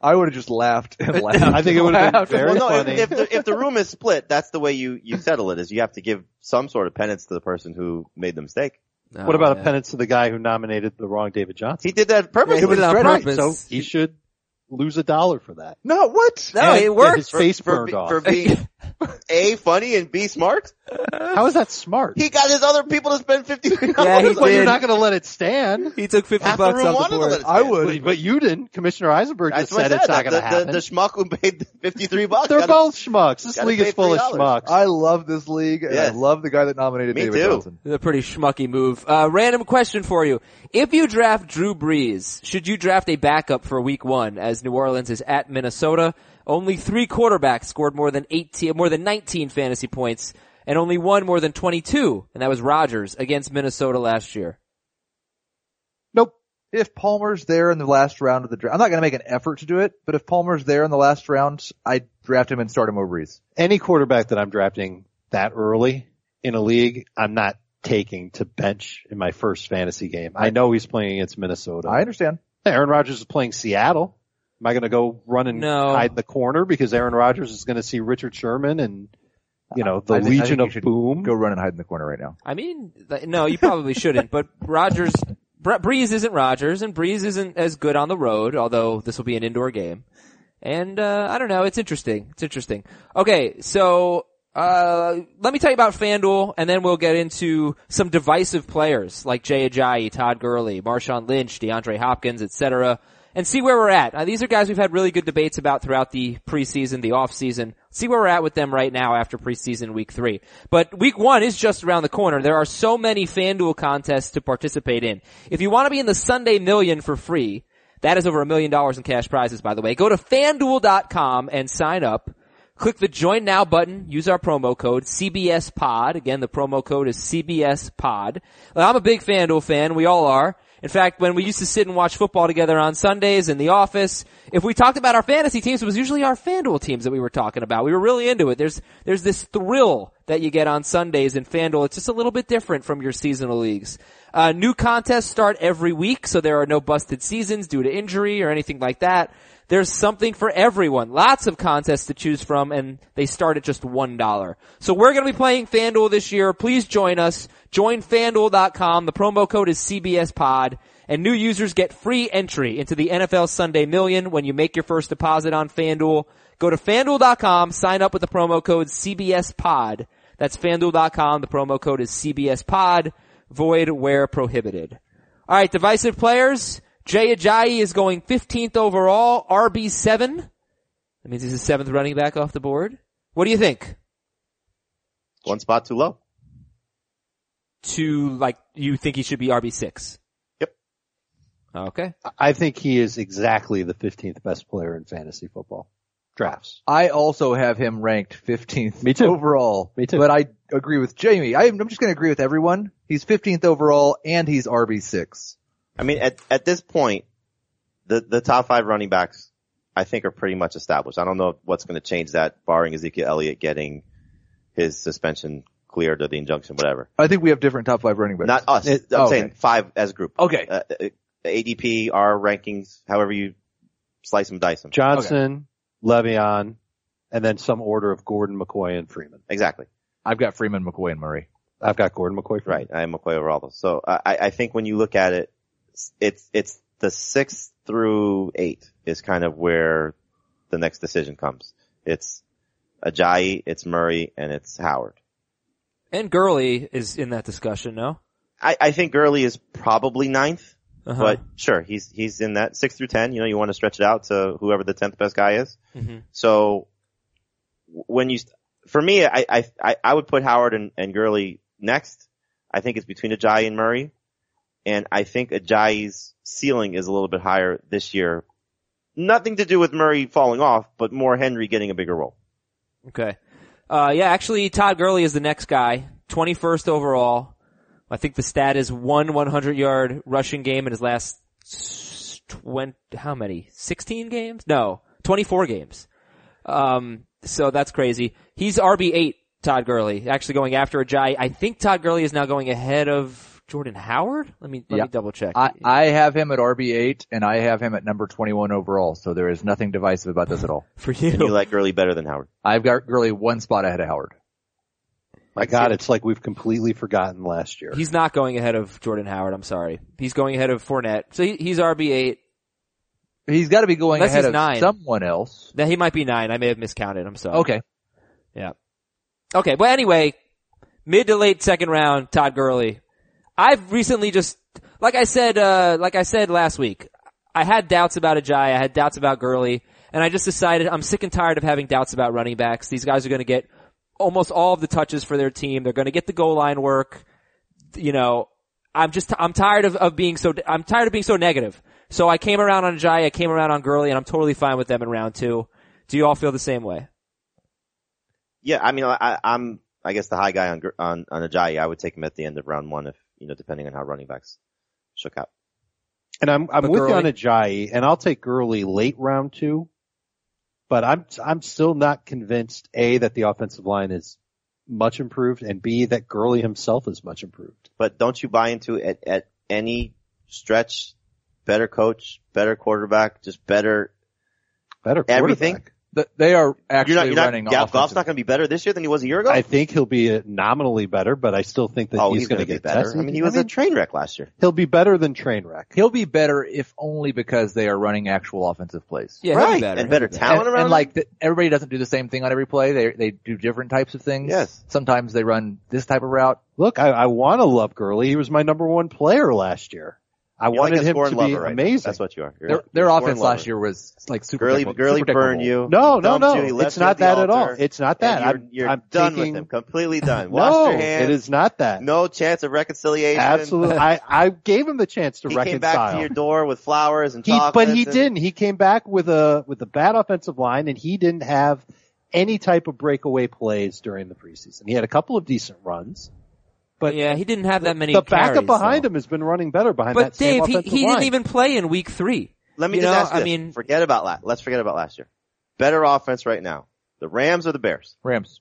[SPEAKER 5] I would have just laughed [LAUGHS] and laughed.
[SPEAKER 3] I think it would have been very
[SPEAKER 4] Well, no, if,
[SPEAKER 3] funny.
[SPEAKER 4] if, the, if the room is split, that's the way you, you settle it is you have to give some sort of penance to the person who made the mistake.
[SPEAKER 3] what about
[SPEAKER 2] Oh,
[SPEAKER 3] a
[SPEAKER 2] man.
[SPEAKER 3] penance to the guy who nominated the wrong David Johnson?
[SPEAKER 4] He did that
[SPEAKER 2] Yeah, he
[SPEAKER 4] purposely.
[SPEAKER 2] did it on
[SPEAKER 3] Right, right.
[SPEAKER 2] purpose.
[SPEAKER 3] So he should lose a dollar for that.
[SPEAKER 5] No, what?
[SPEAKER 2] No,
[SPEAKER 3] And
[SPEAKER 2] it [LAUGHS] worked.
[SPEAKER 3] His face
[SPEAKER 4] for,
[SPEAKER 3] burned
[SPEAKER 4] be-
[SPEAKER 3] off.
[SPEAKER 4] for being A, funny and B, smart.
[SPEAKER 3] How is that smart?
[SPEAKER 4] He got his other people to spend 50
[SPEAKER 2] Yeah, he
[SPEAKER 3] well, you're
[SPEAKER 2] did.
[SPEAKER 3] not going to let it stand.
[SPEAKER 2] He took 50
[SPEAKER 4] Half the
[SPEAKER 2] bucks
[SPEAKER 4] room
[SPEAKER 2] off
[SPEAKER 4] wanted
[SPEAKER 2] the
[SPEAKER 4] to
[SPEAKER 2] board.
[SPEAKER 4] let it
[SPEAKER 5] I
[SPEAKER 4] stand.
[SPEAKER 5] would.
[SPEAKER 3] But, but you didn't. Commissioner Eisenberg
[SPEAKER 4] That's
[SPEAKER 3] just
[SPEAKER 4] what I
[SPEAKER 3] said
[SPEAKER 4] said.
[SPEAKER 3] it's not
[SPEAKER 4] the,
[SPEAKER 3] going to
[SPEAKER 4] the-
[SPEAKER 3] happen.
[SPEAKER 4] The, schmuck who paid the 53 bucks.
[SPEAKER 3] They're
[SPEAKER 4] got
[SPEAKER 3] both schmucks. This
[SPEAKER 4] gotta
[SPEAKER 3] league
[SPEAKER 4] pay
[SPEAKER 3] is full of
[SPEAKER 4] $3.
[SPEAKER 3] schmucks.
[SPEAKER 5] I love this league. and I
[SPEAKER 4] Yes.
[SPEAKER 5] love the guy that nominated
[SPEAKER 4] Me
[SPEAKER 5] David
[SPEAKER 4] too.
[SPEAKER 5] Johnson.
[SPEAKER 2] It's a pretty schmucky move. Uh, random question for you. If you draft Drew Brees, should you draft a backup for week one as New Orleans is at Minnesota? Only three quarterbacks scored more than 18, more than 19 fantasy points and only one more than 22. And that was Rodgers against Minnesota last year.
[SPEAKER 5] Nope. If Palmer's there in the last round of the draft, I'm not going to make an effort to do it, but if Palmer's there in the last round, I draft him and start him over Breeze.
[SPEAKER 3] Any quarterback that I'm drafting that early in a league, I'm not taking to bench in my first fantasy game. I know he's playing against Minnesota.
[SPEAKER 5] I understand.
[SPEAKER 3] Aaron Rodgers is playing Seattle. Am I going to go run and
[SPEAKER 2] No.
[SPEAKER 3] hide in the corner because Aaron Rodgers is going to see Richard Sherman and you know the
[SPEAKER 5] I think- I
[SPEAKER 3] Legion
[SPEAKER 5] think you
[SPEAKER 3] of
[SPEAKER 5] should
[SPEAKER 3] Boom?
[SPEAKER 5] Go run and hide in the corner right now.
[SPEAKER 2] I mean, th- no, you [LAUGHS] probably shouldn't, but Rodgers, Bre- Breeze isn't Rodgers and Breeze isn't as good on the road, although this will be an indoor game. And, uh, I don't know, it's interesting. It's interesting. Okay, so, uh, let me tell you about FanDuel and then we'll get into some divisive players like Jay Ajayi, Todd Gurley, Marshawn Lynch, DeAndre Hopkins, etc. And see where we're at. Uh, these are guys we've had really good debates about throughout the preseason, the offseason. See where we're at with them right now after preseason week three. But week one is just around the corner. There are so many FanDuel contests to participate in. If you want to be in the Sunday million for free, that is over a million dollars in cash prizes, by the way. Go to fanduel.com and sign up. Click the join now button. Use our promo code CBS Pod. Again, the promo code is CBS Pod. Well, I'm a big FanDuel fan. We all are. In fact, when we used to sit and watch football together on Sundays in the office, if we talked about our fantasy teams, it was usually our FanDuel teams that we were talking about. We were really into it. There's, there's this thrill that you get on Sundays in FanDuel. It's just a little bit different from your seasonal leagues. Uh, new contests start every week, so there are no busted seasons due to injury or anything like that. There's something for everyone. Lots of contests to choose from, and they start at just $1. So we're going to be playing FanDuel this year. Please join us. Join FanDuel.com. The promo code is CBSPod. And new users get free entry into the NFL Sunday Million when you make your first deposit on FanDuel. Go to FanDuel.com, sign up with the promo code CBSPod. That's FanDuel.com. The promo code is CBSPod. Void where prohibited. All right, divisive players. Jay Ajayi is going 15th overall, RB7. That means he's the seventh running back off the board. What do you think?
[SPEAKER 4] One spot too low.
[SPEAKER 2] To like, you think he should be RB6?
[SPEAKER 4] Yep.
[SPEAKER 2] Okay.
[SPEAKER 3] I think he is exactly the 15th best player in fantasy football drafts.
[SPEAKER 5] I also have him ranked 15th
[SPEAKER 3] Me too.
[SPEAKER 5] overall.
[SPEAKER 3] Me too.
[SPEAKER 5] But I agree with Jamie. I, am- I'm just going to agree with everyone. He's 15th overall and he's RB6.
[SPEAKER 4] I mean, at, at this point, the, the top five running backs, I think are pretty much established. I don't know what's going to change that barring Ezekiel Elliott getting his suspension cleared or the injunction, whatever.
[SPEAKER 5] I think we have different top five running backs.
[SPEAKER 4] Not us.
[SPEAKER 5] It-
[SPEAKER 4] I'm
[SPEAKER 5] oh,
[SPEAKER 4] saying
[SPEAKER 5] okay.
[SPEAKER 4] five as a group.
[SPEAKER 5] Okay.
[SPEAKER 4] Uh, uh, ADP, our rankings, however you slice them, dice them.
[SPEAKER 3] Johnson, Le'Veon, and then some order of Gordon, McCoy, and Freeman.
[SPEAKER 4] Exactly.
[SPEAKER 5] I've got Freeman, McCoy, and Murray.
[SPEAKER 3] I've got Gordon, McCoy, Freeman.
[SPEAKER 4] Right. I am McCoy over all those. So I, I I think when you look at it, it's, it's the six through eight is kind of where the next decision comes. It's Ajayi, it's Murray, and it's Howard.
[SPEAKER 2] And Gurley is in that discussion, no?
[SPEAKER 4] I, I think Gurley is probably ninth,
[SPEAKER 2] Uh-huh.
[SPEAKER 4] but sure, he's, he's in that six through 10. You know, you
[SPEAKER 2] Mm-hmm.
[SPEAKER 4] want to stretch it out to whoever the 10th best guy is.
[SPEAKER 2] Mhm.
[SPEAKER 4] So w- when you, st- for me, I, I, I- I would put Howard and, and Gurley next. I think it's between Ajayi and Murray. And I think Ajayi's ceiling is a little bit higher this year. Nothing to do with Murray falling off, but more Henry getting a bigger role.
[SPEAKER 2] Okay. Uh, yeah, actually, Todd Gurley is the next guy, 21st overall. I think the stat is one 100 yard rushing game in his last s- 20, how many? 16 games? No, 24 games. Um, so that's crazy. He's RB8, Todd Gurley, actually going after Ajayi. I think Todd Gurley is now going ahead of Jordan Howard. Let me, let
[SPEAKER 5] Yeah.
[SPEAKER 2] me double check.
[SPEAKER 5] I, I have him at RB8 and I have him at number 21 overall, so there is nothing divisive about this at all.
[SPEAKER 2] For you.
[SPEAKER 4] And you like Gurley better than Howard.
[SPEAKER 5] I've got Gurley one spot ahead of Howard.
[SPEAKER 3] My God, it's like we've completely forgotten last year.
[SPEAKER 2] He's not going ahead of Jordan Howard. I'm sorry. He's going ahead of Fournette. So he, he's RB eight.
[SPEAKER 5] He's got to be going
[SPEAKER 2] Unless
[SPEAKER 5] ahead
[SPEAKER 2] he's
[SPEAKER 5] of
[SPEAKER 2] nine. Uh,
[SPEAKER 5] someone else.
[SPEAKER 2] Now he might be nine. I may have miscounted. I'm sorry.
[SPEAKER 5] Okay.
[SPEAKER 2] Yeah. Okay. But anyway, mid to late second round, Todd Gurley. I've recently just, like I said, uh, like I said last week, I had doubts about Ajayi. I had doubts about Gurley. And I just decided I'm sick and tired of having doubts about running backs. These guys are going to get almost all of the touches for their team. They're going to get the goal line work. You know, I'm just, I'm tired of, of being so, I'm tired of being so negative. So I came around on Ajayi. I came around on Gurley and I'm totally fine with them in round two. Do you all feel the same way?
[SPEAKER 4] Yeah, I mean, I- I, I'm, I guess the high guy on, Gr- on, on Ajayi, I would take him at the end of round one if, you know, depending on how running backs shook out.
[SPEAKER 3] And I'm I'm
[SPEAKER 2] But
[SPEAKER 3] with you on
[SPEAKER 2] Gurley?
[SPEAKER 3] Ajayi, and I'll take Gurley late round two, but I'm I'm still not convinced a that the offensive line is much improved, and b that Gurley himself is much improved.
[SPEAKER 4] but don't you buy into at, at any stretch, better coach, better quarterback, just better.
[SPEAKER 3] Better
[SPEAKER 4] Everything?
[SPEAKER 3] quarterback.
[SPEAKER 5] Th- They are actually
[SPEAKER 4] You're not, you're
[SPEAKER 5] running
[SPEAKER 4] not, Gal-
[SPEAKER 5] offensive-
[SPEAKER 4] Goff's not going to be better this year than he was a year ago.
[SPEAKER 3] I think he'll be nominally better, but I still think that
[SPEAKER 4] oh,
[SPEAKER 3] he's,
[SPEAKER 4] he's,
[SPEAKER 3] going to
[SPEAKER 4] be
[SPEAKER 3] get
[SPEAKER 4] better.
[SPEAKER 3] tested.
[SPEAKER 4] I mean, he was a train wreck last year.
[SPEAKER 3] he'll be better than Trainwreck.
[SPEAKER 5] He'll be better if only because they are running actual offensive plays.
[SPEAKER 2] Yeah, he'll be
[SPEAKER 4] right.
[SPEAKER 2] better.
[SPEAKER 4] And better
[SPEAKER 2] He'll be
[SPEAKER 4] talent
[SPEAKER 5] and,
[SPEAKER 4] around.
[SPEAKER 5] and
[SPEAKER 4] him.
[SPEAKER 5] like the, everybody doesn't do the same thing on every play. They they do different types of things.
[SPEAKER 4] Yes.
[SPEAKER 5] Sometimes they run this type of route.
[SPEAKER 3] Look, I, I want to love Gurley. He was my number one player last year. I
[SPEAKER 4] You're like
[SPEAKER 3] wanted
[SPEAKER 4] a
[SPEAKER 3] him
[SPEAKER 4] scoring
[SPEAKER 3] to be
[SPEAKER 4] lover right now.
[SPEAKER 3] amazing.
[SPEAKER 4] That's what you are. You're,
[SPEAKER 5] Their their offense last year was like super.
[SPEAKER 4] Gurley,
[SPEAKER 5] technical-
[SPEAKER 4] Gurley
[SPEAKER 5] super technical.
[SPEAKER 4] burned you.
[SPEAKER 3] no, no,
[SPEAKER 4] dumped
[SPEAKER 3] no.
[SPEAKER 4] you, he left
[SPEAKER 3] It's
[SPEAKER 4] you
[SPEAKER 3] not
[SPEAKER 4] the
[SPEAKER 3] that at all.
[SPEAKER 4] altar,
[SPEAKER 3] It's not
[SPEAKER 4] and
[SPEAKER 3] that.
[SPEAKER 4] You're,
[SPEAKER 3] I'm,
[SPEAKER 4] you're
[SPEAKER 3] I'm
[SPEAKER 4] done
[SPEAKER 3] taking,
[SPEAKER 4] with
[SPEAKER 3] [LAUGHS]
[SPEAKER 4] him. Completely done. Wash
[SPEAKER 3] No,
[SPEAKER 4] your hands.
[SPEAKER 3] it is not that.
[SPEAKER 4] no chance of reconciliation.
[SPEAKER 3] Absolutely. I, I gave him the chance to
[SPEAKER 4] He came back to
[SPEAKER 3] reconcile.
[SPEAKER 4] your door with flowers and
[SPEAKER 3] he,
[SPEAKER 4] chocolate.
[SPEAKER 3] but he
[SPEAKER 4] and-
[SPEAKER 3] didn't. He came back with a with a bad offensive line, and he didn't have any type of breakaway plays during the preseason. He had a couple of decent runs, but
[SPEAKER 2] yeah, he didn't have that many.
[SPEAKER 3] the backup
[SPEAKER 2] carries,
[SPEAKER 3] behind
[SPEAKER 2] though.
[SPEAKER 3] him has been running better behind
[SPEAKER 2] But
[SPEAKER 3] that same
[SPEAKER 2] Dave, he,
[SPEAKER 3] offensive
[SPEAKER 2] he
[SPEAKER 3] line.
[SPEAKER 2] didn't even play in week three.
[SPEAKER 4] Let me
[SPEAKER 2] You
[SPEAKER 4] just
[SPEAKER 2] know,
[SPEAKER 4] ask you
[SPEAKER 2] I
[SPEAKER 4] this.
[SPEAKER 2] mean-
[SPEAKER 4] forget about last. Let's forget about last year. Better offense right now. The Rams or the Bears?
[SPEAKER 5] Rams.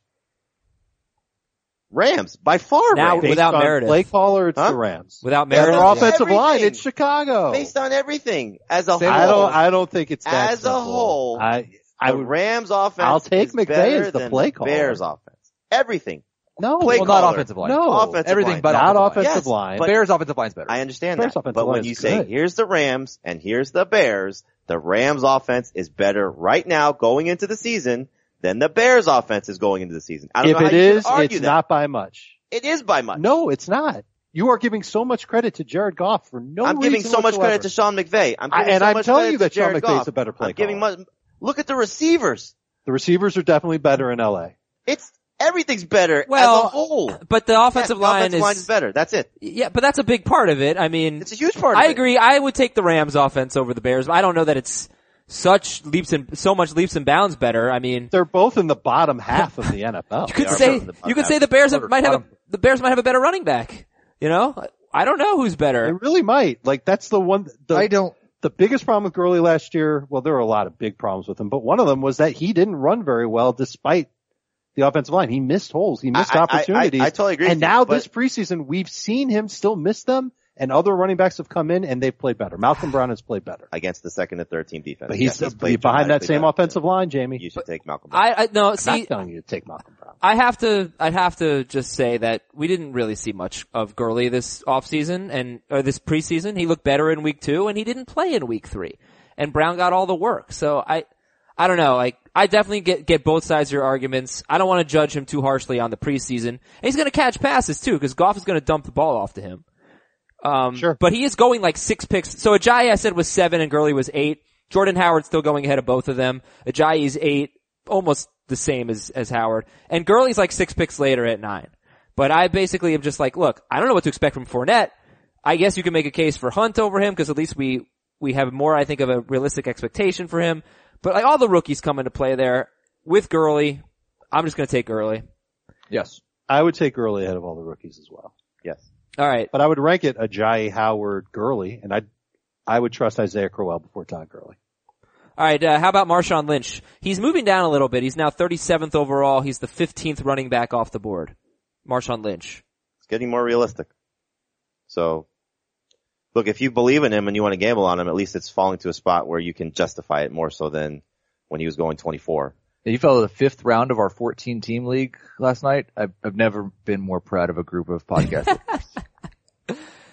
[SPEAKER 4] Rams by far.
[SPEAKER 2] Now-
[SPEAKER 4] Rams.
[SPEAKER 3] Based
[SPEAKER 2] without
[SPEAKER 3] on
[SPEAKER 2] Meredith.
[SPEAKER 3] Blake Pollard, it's
[SPEAKER 4] Huh?
[SPEAKER 3] the Rams.
[SPEAKER 2] Without
[SPEAKER 3] Their
[SPEAKER 2] Meredith,
[SPEAKER 4] They're off-
[SPEAKER 3] offensive line,
[SPEAKER 4] Everything.
[SPEAKER 3] it's Chicago.
[SPEAKER 4] based on everything as a whole.
[SPEAKER 3] I don't. I don't think it's that
[SPEAKER 4] As a
[SPEAKER 3] simple.
[SPEAKER 4] whole,
[SPEAKER 3] I. I
[SPEAKER 4] the
[SPEAKER 3] would
[SPEAKER 4] Rams offense.
[SPEAKER 3] I'll take
[SPEAKER 4] is
[SPEAKER 3] McVay
[SPEAKER 4] better
[SPEAKER 3] as the
[SPEAKER 4] than
[SPEAKER 3] play caller. Oh,
[SPEAKER 4] Bears offense. Everything.
[SPEAKER 3] no.
[SPEAKER 4] play
[SPEAKER 5] Well, not
[SPEAKER 4] caller.
[SPEAKER 5] offensive line.
[SPEAKER 3] No.
[SPEAKER 4] Offensive
[SPEAKER 5] Everything
[SPEAKER 4] line.
[SPEAKER 5] but
[SPEAKER 3] not
[SPEAKER 5] offensive
[SPEAKER 3] offensive
[SPEAKER 4] Yes,
[SPEAKER 3] line.
[SPEAKER 4] but-
[SPEAKER 5] Bears offensive line's better.
[SPEAKER 4] I understand
[SPEAKER 3] Bears
[SPEAKER 4] that,
[SPEAKER 3] offensive
[SPEAKER 4] but
[SPEAKER 3] line
[SPEAKER 4] when
[SPEAKER 3] is
[SPEAKER 4] you say
[SPEAKER 3] good.
[SPEAKER 4] here's the Rams and here's the Bears, the Rams offense is better right now going into the season than the Bears offense is going into the season. I don't
[SPEAKER 3] if
[SPEAKER 4] know
[SPEAKER 3] it
[SPEAKER 4] how you
[SPEAKER 3] is,
[SPEAKER 4] could argue
[SPEAKER 3] it's
[SPEAKER 4] that.
[SPEAKER 3] not by much.
[SPEAKER 4] It is by much.
[SPEAKER 3] No, it's not. You are giving so much credit to Jared Goff for no
[SPEAKER 4] I'm giving
[SPEAKER 3] reason
[SPEAKER 4] so much credit to
[SPEAKER 3] whatsoever.
[SPEAKER 4] Sean McVay. I'm giving
[SPEAKER 3] I- and
[SPEAKER 4] so
[SPEAKER 3] I'm
[SPEAKER 4] much
[SPEAKER 3] telling
[SPEAKER 4] credit
[SPEAKER 3] you
[SPEAKER 4] to
[SPEAKER 3] that Sean
[SPEAKER 4] Jared
[SPEAKER 3] McVay's
[SPEAKER 4] Goff.
[SPEAKER 3] a better play
[SPEAKER 4] I'm giving
[SPEAKER 3] caller.
[SPEAKER 4] much. Look at the receivers.
[SPEAKER 3] the receivers are definitely better in LA.
[SPEAKER 4] It's everything's better as
[SPEAKER 2] Well,
[SPEAKER 4] a whole.
[SPEAKER 2] but the [LAUGHS] offensive
[SPEAKER 4] Yeah,
[SPEAKER 2] line
[SPEAKER 4] offensive
[SPEAKER 2] is
[SPEAKER 4] line is better. That's it.
[SPEAKER 2] yeah, but that's a big part of it. I mean,
[SPEAKER 4] It's a huge part.
[SPEAKER 2] I
[SPEAKER 4] of it.
[SPEAKER 2] agree. I would take the Rams offense over the Bears, but I don't know that it's such leaps and so much leaps and bounds better. I mean,
[SPEAKER 3] They're both in the bottom half of the [LAUGHS] NFL.
[SPEAKER 2] you could
[SPEAKER 4] are
[SPEAKER 2] say
[SPEAKER 4] better than the
[SPEAKER 2] you could say the Bears have, might have a,
[SPEAKER 5] bottom.
[SPEAKER 2] the Bears might have a better running back. You know, I don't know who's
[SPEAKER 3] They
[SPEAKER 2] better.
[SPEAKER 3] really might. Like that's the one. The,
[SPEAKER 5] I don't.
[SPEAKER 3] The biggest problem with Gurley last year. Well, there were a lot of big problems with him, but one of them was that he didn't run very well despite the offensive line. He missed holes. He missed
[SPEAKER 4] I- I- I-
[SPEAKER 3] opportunities.
[SPEAKER 4] I totally agree
[SPEAKER 3] And
[SPEAKER 4] with you,
[SPEAKER 3] now
[SPEAKER 4] but-
[SPEAKER 3] this preseason, we've seen him still miss them, and other running backs have come in and they've played better. Malcolm Brown has played better,
[SPEAKER 4] against the second and third team defense.
[SPEAKER 3] but he's,
[SPEAKER 4] [SIGHS] Yes, he's played
[SPEAKER 3] behind that
[SPEAKER 4] dramatically
[SPEAKER 3] same
[SPEAKER 4] better.
[SPEAKER 3] offensive line, Jamie.
[SPEAKER 4] You should take Malcolm. Brown.
[SPEAKER 2] I, I no
[SPEAKER 3] I'm
[SPEAKER 2] see.
[SPEAKER 3] not telling you to take Malcolm Brown.
[SPEAKER 2] I have to, I'd have to just say that we didn't really see much of Gurley this offseason and, or this preseason. He looked better in week two and he didn't play in week three. And Brown got all the work. So I, I don't know, like, I definitely get, get both sides of your arguments. I don't want to judge him too harshly on the preseason. And he's gonna catch passes too, cause Goff is gonna dump the ball off to him. Um,
[SPEAKER 3] Sure.
[SPEAKER 2] but he is going like six picks. So Ajayi I said was seven and Gurley was eight. Jordan Howard's still going ahead of both of them. Ajayi's eight, almost the same as, as Howard. And Gurley's like six picks later at nine. But I basically am just like, look, I don't know what to expect from Fournette. I guess you can make a case for Hunt over him because at least we, we have more, I think, of a realistic expectation for him. But like all the rookies come into play there with Gurley. I'm just going to take Gurley.
[SPEAKER 5] Yes.
[SPEAKER 3] I would take Gurley ahead of all the rookies as well.
[SPEAKER 4] Yes.
[SPEAKER 2] All right.
[SPEAKER 3] But I would rank it Ajayi, Howard, Gurley, and I I would trust Isaiah Crowell before Todd Gurley.
[SPEAKER 2] All right, uh, how about Marshawn Lynch? He's moving down a little bit. He's now 37th overall. He's the 15th running back off the board. Marshawn Lynch.
[SPEAKER 4] It's getting more realistic. So, look, if you believe in him and you want to gamble on him, at least it's falling to a spot where you can justify it more so than when he was going 24.
[SPEAKER 5] Yeah, You fell to the fifth round of our 14 team league last night. I've, I've never been more proud of a group of
[SPEAKER 4] [LAUGHS]
[SPEAKER 5] podcasters.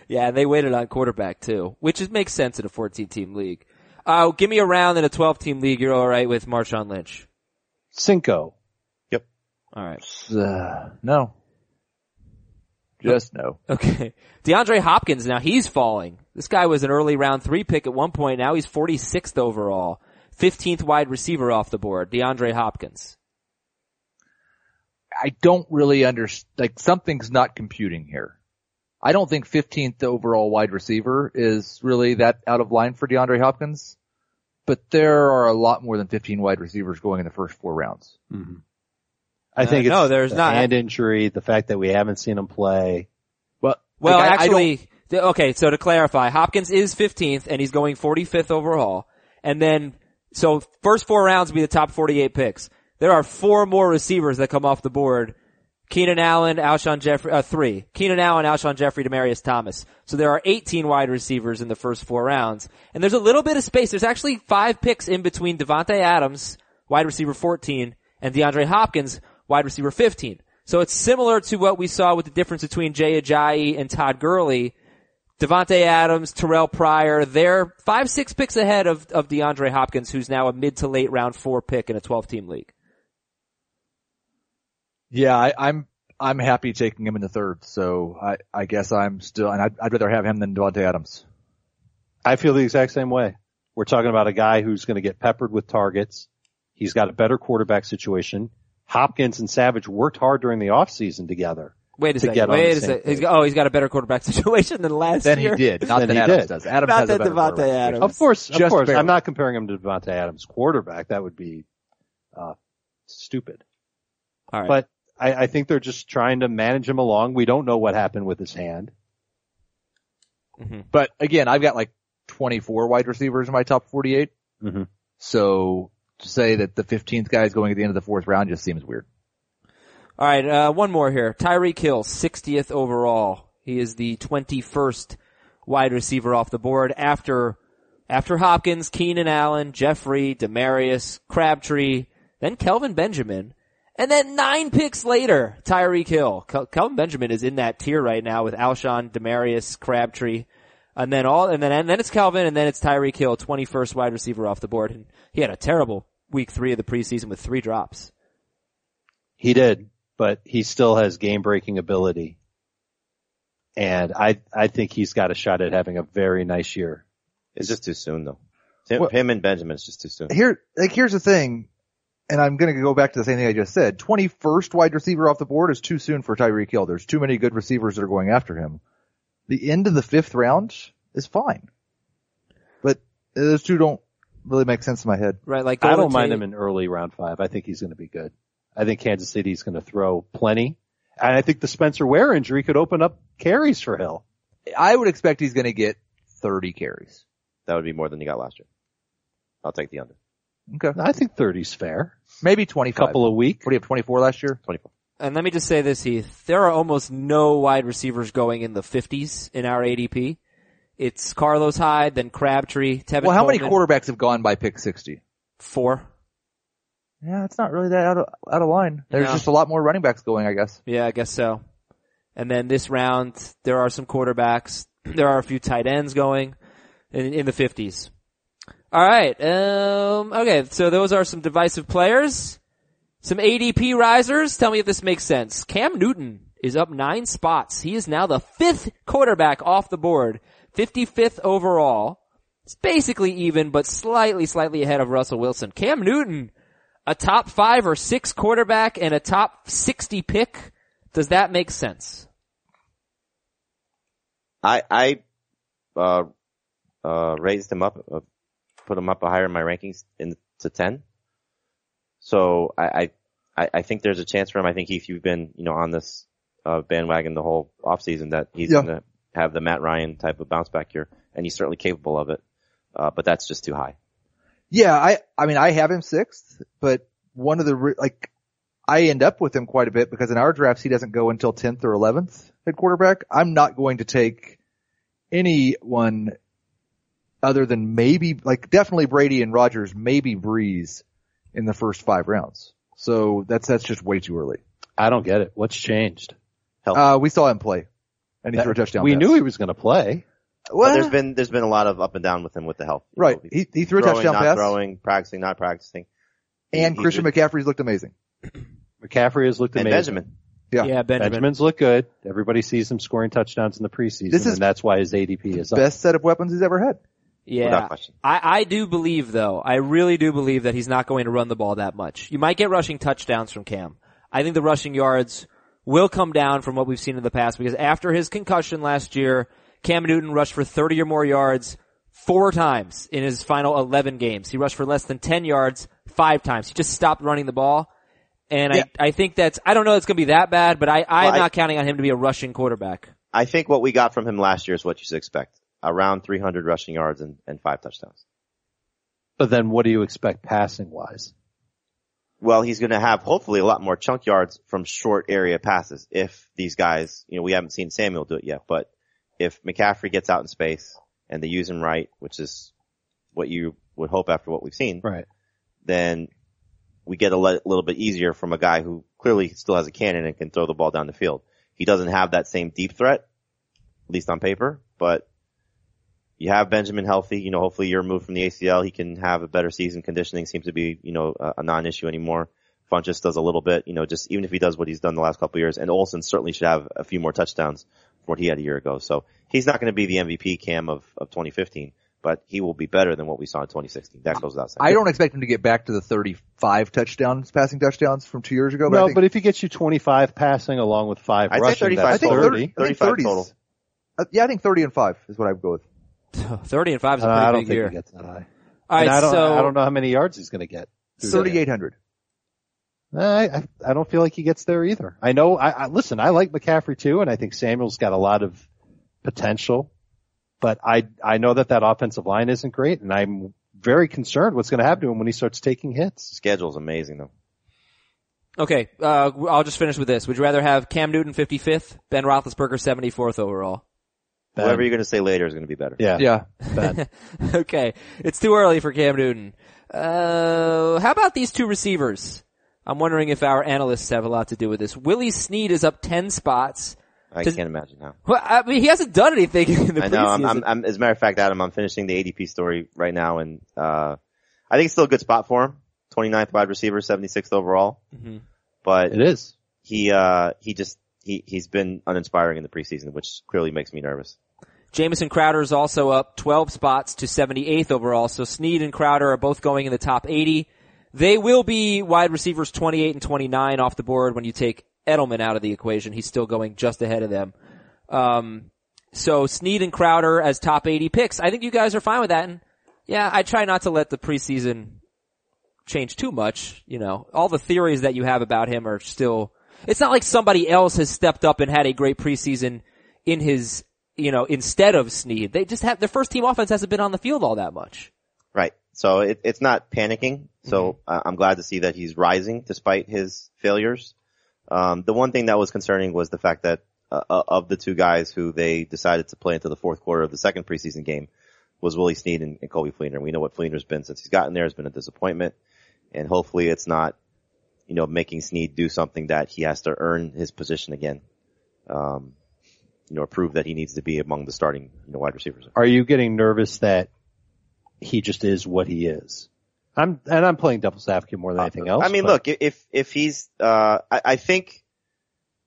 [SPEAKER 2] Yeah, and they waited on quarterback too, which is, makes sense in a 14 team league. Uh, give me a round in a 12 team league. You're all right with Marshawn Lynch.
[SPEAKER 3] Cinco.
[SPEAKER 2] All right.
[SPEAKER 5] Uh, no. Just no.
[SPEAKER 2] Okay. [LAUGHS] DeAndre Hopkins now he's falling. This guy was an early round three pick at one point. Now he's 46th overall. 15th wide receiver off the board. DeAndre Hopkins.
[SPEAKER 5] I don't really understand, like something's not computing here. I don't think 15th overall wide receiver is really that out of line for DeAndre Hopkins, but there are a lot more than 15 wide receivers going in the first four rounds.
[SPEAKER 3] I think
[SPEAKER 2] Uh,
[SPEAKER 3] it's
[SPEAKER 2] no, there's
[SPEAKER 3] the
[SPEAKER 2] not.
[SPEAKER 3] hand injury, the fact that we haven't seen him play.
[SPEAKER 5] Well,
[SPEAKER 2] Well,
[SPEAKER 5] like, I- I don't-
[SPEAKER 2] actually, th- okay, so to clarify, Hopkins is 15th and he's going 45th overall. And then, so first four rounds will be the top 48 picks. There are four more receivers that come off the board. Keenan Allen, Alshon Jeffrey, uh, three. Keenan Allen, Alshon Jeffrey, Demarius Thomas. So there are 18 wide receivers in the first four rounds. And there's a little bit of space. There's actually five picks in between Devontae Adams, wide receiver 14, and DeAndre Hopkins, wide receiver 15. So it's similar to what we saw with the difference between Jay Ajayi and Todd Gurley. Devontae Adams, Terrell Pryor, they're five, six picks ahead of, of DeAndre Hopkins, who's now a mid to late round four pick in a 12 team league.
[SPEAKER 5] Yeah, I, I'm I'm happy taking him in the third. So I I guess I'm still, and I'd, I'd rather have him than Devontae Adams.
[SPEAKER 3] I feel the exact same way. We're talking about a guy who's going to get peppered with targets. He's got a better quarterback situation. Hopkins and Savage worked hard during the offseason together.
[SPEAKER 2] Wait a
[SPEAKER 3] To
[SPEAKER 2] second.
[SPEAKER 3] get on the
[SPEAKER 2] Wait
[SPEAKER 3] same
[SPEAKER 2] a second. He's
[SPEAKER 3] page.
[SPEAKER 2] got, oh, he's got a better quarterback [LAUGHS] situation than last
[SPEAKER 5] Then he
[SPEAKER 2] year.
[SPEAKER 5] did, not
[SPEAKER 3] Then
[SPEAKER 5] than
[SPEAKER 3] he
[SPEAKER 5] Adams
[SPEAKER 3] did.
[SPEAKER 5] does. Adams
[SPEAKER 2] Not
[SPEAKER 5] has a
[SPEAKER 2] than
[SPEAKER 5] better
[SPEAKER 2] Devontae
[SPEAKER 5] quarterback situation.
[SPEAKER 2] Adams.
[SPEAKER 3] Of course, of
[SPEAKER 5] Just
[SPEAKER 3] course.
[SPEAKER 5] barely.
[SPEAKER 3] I'm not comparing him to Devontae Adams quarterback. That would be, uh, stupid.
[SPEAKER 2] All right.
[SPEAKER 3] But I, I think they're just trying to manage him along. We don't know what happened with his hand.
[SPEAKER 5] But again, I've got like 24 wide receivers in my top 48.
[SPEAKER 3] Mhm.
[SPEAKER 5] So to say that the 15th guy is going at the end of the fourth round just seems weird.
[SPEAKER 2] All right, uh, one more here. Tyreek Hill, 60th overall. He is the 21st wide receiver off the board after after Hopkins, Keenan Allen, Jeffrey, Demarius, Crabtree, then Kelvin Benjamin, and then nine picks later, Tyreek Hill. Kel- Kelvin Benjamin is in that tier right now with Alshon, Demarius, Crabtree, and then all and then and then it's Kelvin, and then it's Tyreek Hill, 21st wide receiver off the board. And he had a terrible week three of the preseason with three drops.
[SPEAKER 3] He did, but he still has game breaking ability. And I, I think he's got a shot at having a very nice year.
[SPEAKER 4] It's just too soon though. Him,
[SPEAKER 5] Well-
[SPEAKER 4] him and Benjamin is just too soon.
[SPEAKER 5] Here, like here's the thing, and I'm going to go back to the same thing I just said. 21st wide receiver off the board is too soon for Tyreek Hill. There's too many good receivers that are going after him. The end of the fifth round is fine, but those two don't really make sense in my head.
[SPEAKER 2] Right, like
[SPEAKER 3] I
[SPEAKER 2] Golden
[SPEAKER 3] don't mind
[SPEAKER 2] Tate-
[SPEAKER 3] him in early round five. I think he's going to be good. I think Kansas City's going to throw plenty. And I think the Spencer Ware injury could open up carries for Hill.
[SPEAKER 5] I would expect he's going to get 30 carries.
[SPEAKER 4] That would be more than he got last year. I'll take the under.
[SPEAKER 5] Okay,
[SPEAKER 3] I think 30's fair.
[SPEAKER 5] maybe
[SPEAKER 3] A
[SPEAKER 5] 25.
[SPEAKER 3] couple a week.
[SPEAKER 5] What do you have? 24 last year.
[SPEAKER 4] 24.
[SPEAKER 2] And let me just say this, Heath. There are almost no wide receivers going in the 50s in our ADP. It's Carlos Hyde, then Crabtree, Tevin
[SPEAKER 5] Well, how many
[SPEAKER 2] Coleman,
[SPEAKER 5] quarterbacks have gone by pick 60?
[SPEAKER 2] Four.
[SPEAKER 5] Yeah, it's not really that out of, out of line. There's
[SPEAKER 2] No.
[SPEAKER 5] just a lot more running backs going, I guess.
[SPEAKER 2] Yeah, I guess so. And then this round, there are some quarterbacks. [CLEARS THROAT] There are a few tight ends going in, in the 50s. All right. Um, okay, so those are some divisive players. Some ADP risers. Tell me if this makes sense. Cam Newton is up nine spots. He is now the fifth quarterback off the board, 55th overall. It's basically even, but slightly, slightly ahead of Russell Wilson. Cam Newton a top five or six quarterback and a top 60 pick. Does that make sense?
[SPEAKER 4] I I uh, uh, raised him up, uh, put him up higher in my rankings in, to ten. So I, I- I I think there's a chance for him. I think Heath, you've been you know on this uh, bandwagon the whole offseason that he's
[SPEAKER 5] Yeah.
[SPEAKER 4] going to have the Matt Ryan type of bounce back here, and he's certainly capable of it. Uh, but that's just too high.
[SPEAKER 5] Yeah, I I mean I have him sixth, but one of the re- like I end up with him quite a bit because in our drafts he doesn't go until tenth or eleventh at quarterback. I'm not going to take anyone other than maybe like definitely Brady and Rogers, maybe Breeze in the first five rounds. So that's that's just way too early.
[SPEAKER 3] I don't get it. What's changed?
[SPEAKER 5] Uh, we saw him play, and he threw a touchdown.
[SPEAKER 3] Oh. we
[SPEAKER 5] pass.
[SPEAKER 3] knew he was going to play.
[SPEAKER 4] But
[SPEAKER 5] Well,
[SPEAKER 4] there's been there's been a lot of up and down with him with the health. You
[SPEAKER 5] right.
[SPEAKER 4] know,
[SPEAKER 5] He he threw a
[SPEAKER 4] throwing,
[SPEAKER 5] touchdown
[SPEAKER 4] not
[SPEAKER 5] pass,
[SPEAKER 4] throwing, practicing, not practicing,
[SPEAKER 5] and
[SPEAKER 4] He- he
[SPEAKER 5] Christian
[SPEAKER 4] did-
[SPEAKER 5] McCaffrey's looked amazing.
[SPEAKER 3] McCaffrey has looked
[SPEAKER 4] and
[SPEAKER 3] amazing.
[SPEAKER 4] Benjamin.
[SPEAKER 5] Yeah.
[SPEAKER 2] Benjamin.
[SPEAKER 3] Benjamin's look good. Everybody sees him scoring touchdowns in the preseason,
[SPEAKER 5] This is
[SPEAKER 3] and that's why his ADP is up.
[SPEAKER 5] Best set of weapons he's ever had.
[SPEAKER 2] Yeah.
[SPEAKER 4] Without question.
[SPEAKER 2] I, I do believe though, I really do believe that he's not going to run the ball that much. You might get rushing touchdowns from Cam. I think the rushing yards will come down from what we've seen in the past because after his concussion last year, Cam Newton rushed for 30 or more yards four times in his final 11 games. He rushed for less than 10 yards five times. He just stopped running the ball. And
[SPEAKER 5] Yeah.
[SPEAKER 2] I, I think that's, I don't know it's going to be that bad, but I, I'm
[SPEAKER 4] Well, I-
[SPEAKER 2] not counting on him to be a rushing quarterback. [LAUGHS]
[SPEAKER 4] I think what we got from him last year is what you should expect. Around 300 rushing yards and, and five touchdowns.
[SPEAKER 3] But then what do you expect passing wise?
[SPEAKER 4] Well, he's going to have hopefully a lot more chunk yards from short area passes if these guys, you know, we haven't seen Samuel do it yet, but if McCaffrey gets out in space and they use him right, which is what you would hope after what we've seen,
[SPEAKER 3] Right.
[SPEAKER 4] then we get a le- little bit easier from a guy who clearly still has a cannon and can throw the ball down the field. He doesn't have that same deep threat, at least on paper, but you have Benjamin healthy. You know, hopefully you're removed from the ACL. He can have a better season. Conditioning seems to be, you know, a, a non-issue anymore. Funchess does a little bit, you know, just even if he does what he's done the last couple of years, and Olsen certainly should have a few more touchdowns from what he had a year ago. So he's not going to be the MVP cam of, of 2015, but he will be better than what we saw in 2016. That goes without saying.
[SPEAKER 5] I don't expect him to get back to the 35 touchdowns, passing touchdowns from two years ago. But I
[SPEAKER 3] No,
[SPEAKER 5] think,
[SPEAKER 3] but if he gets you 25 passing along with five
[SPEAKER 4] I'd say
[SPEAKER 3] rushing,
[SPEAKER 4] 35
[SPEAKER 5] I
[SPEAKER 3] that's
[SPEAKER 5] think
[SPEAKER 4] 30.
[SPEAKER 5] 30, I think
[SPEAKER 4] 35
[SPEAKER 5] 30s.
[SPEAKER 4] total.
[SPEAKER 5] Uh, yeah, I think 30 and five is what I would go with.
[SPEAKER 2] 30 and 5 is a
[SPEAKER 3] Uh,
[SPEAKER 2] pretty
[SPEAKER 3] I don't
[SPEAKER 2] big
[SPEAKER 3] think
[SPEAKER 2] year.
[SPEAKER 3] he gets that high.
[SPEAKER 2] All
[SPEAKER 3] And
[SPEAKER 2] right,
[SPEAKER 3] I don't,
[SPEAKER 2] so
[SPEAKER 3] I don't know how many yards he's going to get. through that.
[SPEAKER 5] 3,800.
[SPEAKER 3] Uh, I, I I don't feel like he gets there either. I know. I, I listen. I like McCaffrey too, and I think Samuel's got a lot of potential, but I I know that that offensive line isn't great, and I'm very concerned what's going to happen to him when he starts taking hits.
[SPEAKER 4] schedule's amazing though.
[SPEAKER 2] Okay, uh, I'll just finish with this. Would you rather have Cam Newton 55th, Ben Roethlisberger 74th overall? [LAUGHS]
[SPEAKER 3] Ben,
[SPEAKER 4] Whatever you're going to say later is going to be better.
[SPEAKER 3] yeah,
[SPEAKER 5] Yeah.
[SPEAKER 3] Ben.
[SPEAKER 2] okay, it's too early for Cam Newton. Uh, how about these two receivers? I'm wondering if our analysts have a lot to do with this. Willie Sneed is up 10 spots.
[SPEAKER 4] I
[SPEAKER 2] Does-
[SPEAKER 4] can't imagine how.
[SPEAKER 2] Well, I mean, he hasn't done anything [LAUGHS] in the
[SPEAKER 4] I know. I'm,
[SPEAKER 2] preseason.
[SPEAKER 4] I'm, I'm, as a matter of fact, Adam, I'm finishing the ADP story right now, and uh, I think it's still a good spot for him. 29th wide receiver, 76th overall,
[SPEAKER 2] Mhm.
[SPEAKER 4] but
[SPEAKER 3] it is.
[SPEAKER 4] he uh, he just he he's been uninspiring in the preseason, which clearly makes me nervous.
[SPEAKER 2] Jamison Crowder is also up 12 spots to 78th overall. So Snead and Crowder are both going in the top 80. They will be wide receivers 28 and 29 off the board when you take Edelman out of the equation. He's still going just ahead of them. Um, so Snead and Crowder as top 80 picks. I think you guys are fine with that. And yeah, I try not to let the preseason change too much. You know, all the theories that you have about him are still, it's not like somebody else has stepped up and had a great preseason in his, you know, instead of Snead. They just have, their first team offense hasn't been on the field all that much.
[SPEAKER 4] Right. So it, it's not panicking. So uh, I'm glad to see that he's rising despite his failures. Um, the one thing that was concerning was the fact that uh, uh, of the two guys who they decided to play into the fourth quarter of the second preseason game was Willie Snead and, and Kobe Fleener. We know what Fleener's been since he's gotten there. It's been a disappointment, and hopefully it's not, you know, making Snead do something that he has to earn his position again. Um, you know, prove that he needs to be among the starting you know, wide receivers.
[SPEAKER 3] Are you getting nervous that he just is what he is? I'm and I'm playing devil's advocate more than anything else.
[SPEAKER 4] Uh, I mean,
[SPEAKER 3] but
[SPEAKER 4] look, i- if if he's, uh, I, I think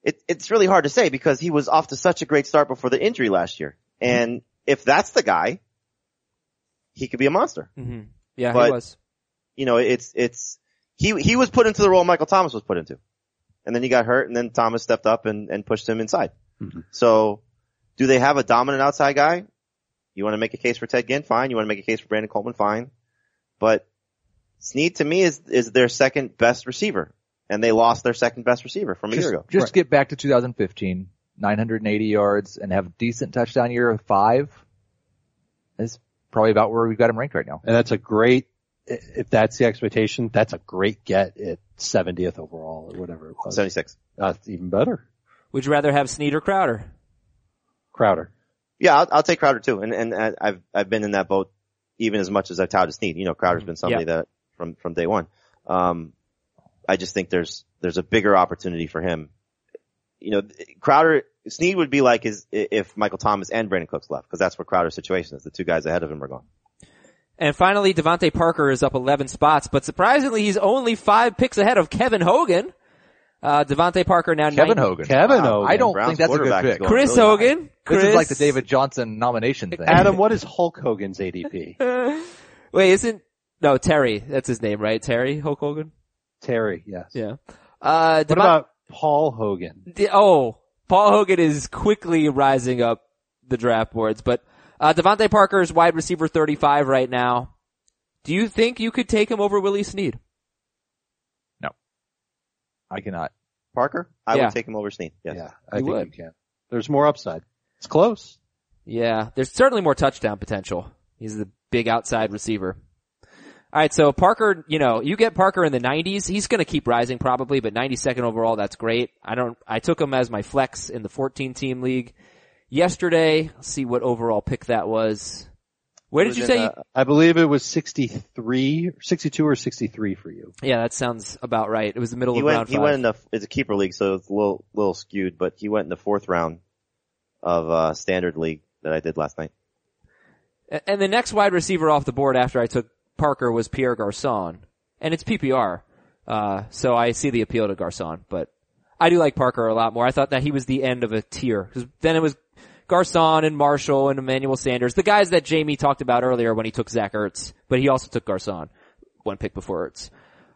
[SPEAKER 4] it, it's really hard to say because he was off to such a great start before the injury last year, and if that's the guy, he could be a monster.
[SPEAKER 2] Mm-hmm. Yeah, he
[SPEAKER 4] But-
[SPEAKER 2] was.
[SPEAKER 4] You know, it's it's He he was put into the role Michael Thomas was put into, and then he got hurt, and then Thomas stepped up and and pushed him inside. So, do they have a dominant outside guy? You want to make a case for Ted Ginn, fine. You want to make a case for Brandon Coleman, fine. But Snead to me is is their second best receiver, and they lost their second best receiver from a
[SPEAKER 5] just,
[SPEAKER 4] year ago.
[SPEAKER 5] just get back to 2015, 980 yards and have a decent touchdown year of five. That's probably about where we've got him ranked right now.
[SPEAKER 3] And that's a great, i- if that's the expectation, that's a great get at 70th overall or whatever it was.
[SPEAKER 4] Seventy six.
[SPEAKER 3] That's even better.
[SPEAKER 2] Would you rather have Snead or Crowder?
[SPEAKER 4] [LAUGHS]
[SPEAKER 3] Crowder.
[SPEAKER 4] Yeah, I'll, I'll take Crowder too, and and I- I've I've been in that boat even as much as I've touted Snead. You know, Crowder's been somebody that from from day one. Um, I just think there's there's a bigger opportunity for him. You know, Crowder Snead would be like his i- if Michael Thomas and Brandon Cooks left because that's where Crowder's situation is. The two guys ahead of him are gone.
[SPEAKER 2] And finally, Devontae Parker is up 11 spots, but surprisingly, he's only five picks ahead of Kevin Hogan. Uh, Devontae Parker now
[SPEAKER 5] Kevin
[SPEAKER 2] 90
[SPEAKER 5] Hogan.
[SPEAKER 3] Kevin
[SPEAKER 5] Wow,
[SPEAKER 3] Hogan.
[SPEAKER 5] I don't
[SPEAKER 4] Browns
[SPEAKER 5] think that's a good
[SPEAKER 4] quarterback is
[SPEAKER 5] pick.
[SPEAKER 4] going
[SPEAKER 2] Chris
[SPEAKER 4] really high.
[SPEAKER 2] Hogan. Chris.
[SPEAKER 5] This is like the David Johnson nomination thing.
[SPEAKER 3] Adam, what is Hulk Hogan's ADP?
[SPEAKER 2] [LAUGHS] Wait, isn't, no, Terry. That's his name, right? Terry Hulk Hogan?
[SPEAKER 3] Terry, yes.
[SPEAKER 2] Yeah. Uh,
[SPEAKER 3] What about Paul Hogan?
[SPEAKER 2] D- oh, Paul Hogan is quickly rising up the draft boards, but uh, Devontae Parker is wide receiver 35 right now. Do you think you could take him over Willie Snead?
[SPEAKER 5] I cannot.
[SPEAKER 4] Parker, I
[SPEAKER 2] Yeah.
[SPEAKER 4] would take him over Snead. Yes.
[SPEAKER 3] Yeah, I
[SPEAKER 2] You
[SPEAKER 3] think
[SPEAKER 2] would.
[SPEAKER 3] you can. There's more upside. It's close.
[SPEAKER 2] Yeah, there's certainly more touchdown potential. He's the big outside receiver. All right, so Parker, you know, you get Parker in the 90s, he's going to keep rising probably, but 92nd overall, that's great. I don't, I took him as my flex in the 14 team league yesterday. Let's see what overall pick that was. Where did
[SPEAKER 4] was
[SPEAKER 2] you
[SPEAKER 4] in uh,
[SPEAKER 2] say? you-
[SPEAKER 4] the-
[SPEAKER 3] I believe it was 63, 62 or 63 for you.
[SPEAKER 2] Yeah, that sounds about right. It was the middle
[SPEAKER 4] he
[SPEAKER 2] of
[SPEAKER 4] went.
[SPEAKER 2] round
[SPEAKER 4] He
[SPEAKER 2] five.
[SPEAKER 4] went in the. It's a keeper league, so it's a little little skewed. But he went in the fourth round of uh standard league that I did last night.
[SPEAKER 2] A- and the next wide receiver off the board after I took Parker was Pierre Garcon, and it's PPR. Uh, so I see the appeal to Garcon, but I do like Parker a lot more. I thought that he was the end of a tier 'cause then it was Garcon and Marshall and Emmanuel Sanders, the guys that Jamie talked about earlier when he took Zach Ertz, but he also took Garcon one pick before Ertz.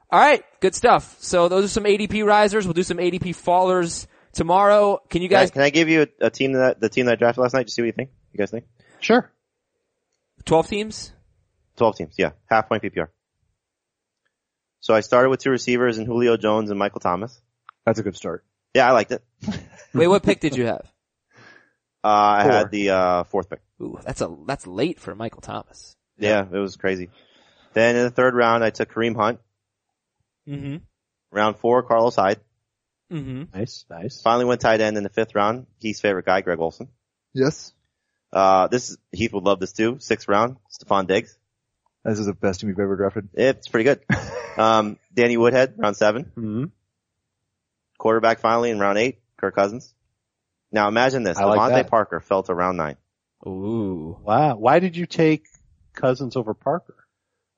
[SPEAKER 2] All right, good stuff. So those are some ADP risers. We'll do some ADP fallers tomorrow. Can you
[SPEAKER 4] Guys,
[SPEAKER 2] guys?
[SPEAKER 4] can I give you a, a team that the team that I drafted last night? Just see what you think. You guys think?
[SPEAKER 3] Sure.
[SPEAKER 2] Twelve teams.
[SPEAKER 4] Twelve teams, yeah, half point PPR. So I started with two receivers and Julio Jones and Michael Thomas.
[SPEAKER 5] That's a good start.
[SPEAKER 4] Yeah, I liked it.
[SPEAKER 2] Wait, what pick did you have?
[SPEAKER 4] Uh, I
[SPEAKER 2] Four.
[SPEAKER 4] had the uh, fourth pick.
[SPEAKER 2] Ooh, that's a that's late for Michael Thomas.
[SPEAKER 4] Yeah, it was crazy. Then in the third round, I took Kareem Hunt.
[SPEAKER 2] Mm-hmm.
[SPEAKER 4] Round four, Carlos Hyde.
[SPEAKER 2] Mm-hmm.
[SPEAKER 3] Nice, nice.
[SPEAKER 4] Finally went tight end in the fifth round. Heath's favorite guy, Greg Olson.
[SPEAKER 5] Yes.
[SPEAKER 4] Uh, this Heath would love this too. Sixth round, Stephon Diggs.
[SPEAKER 5] This is the best team we've ever drafted.
[SPEAKER 4] It's pretty good. um, Danny Woodhead, round seven.
[SPEAKER 3] hmm
[SPEAKER 4] Quarterback finally in round eight, Kirk Cousins. Now imagine this.
[SPEAKER 3] I like
[SPEAKER 4] Devontae
[SPEAKER 3] that.
[SPEAKER 4] Parker fell to round nine.
[SPEAKER 2] Ooh.
[SPEAKER 3] Wow. Why did you take Cousins over Parker?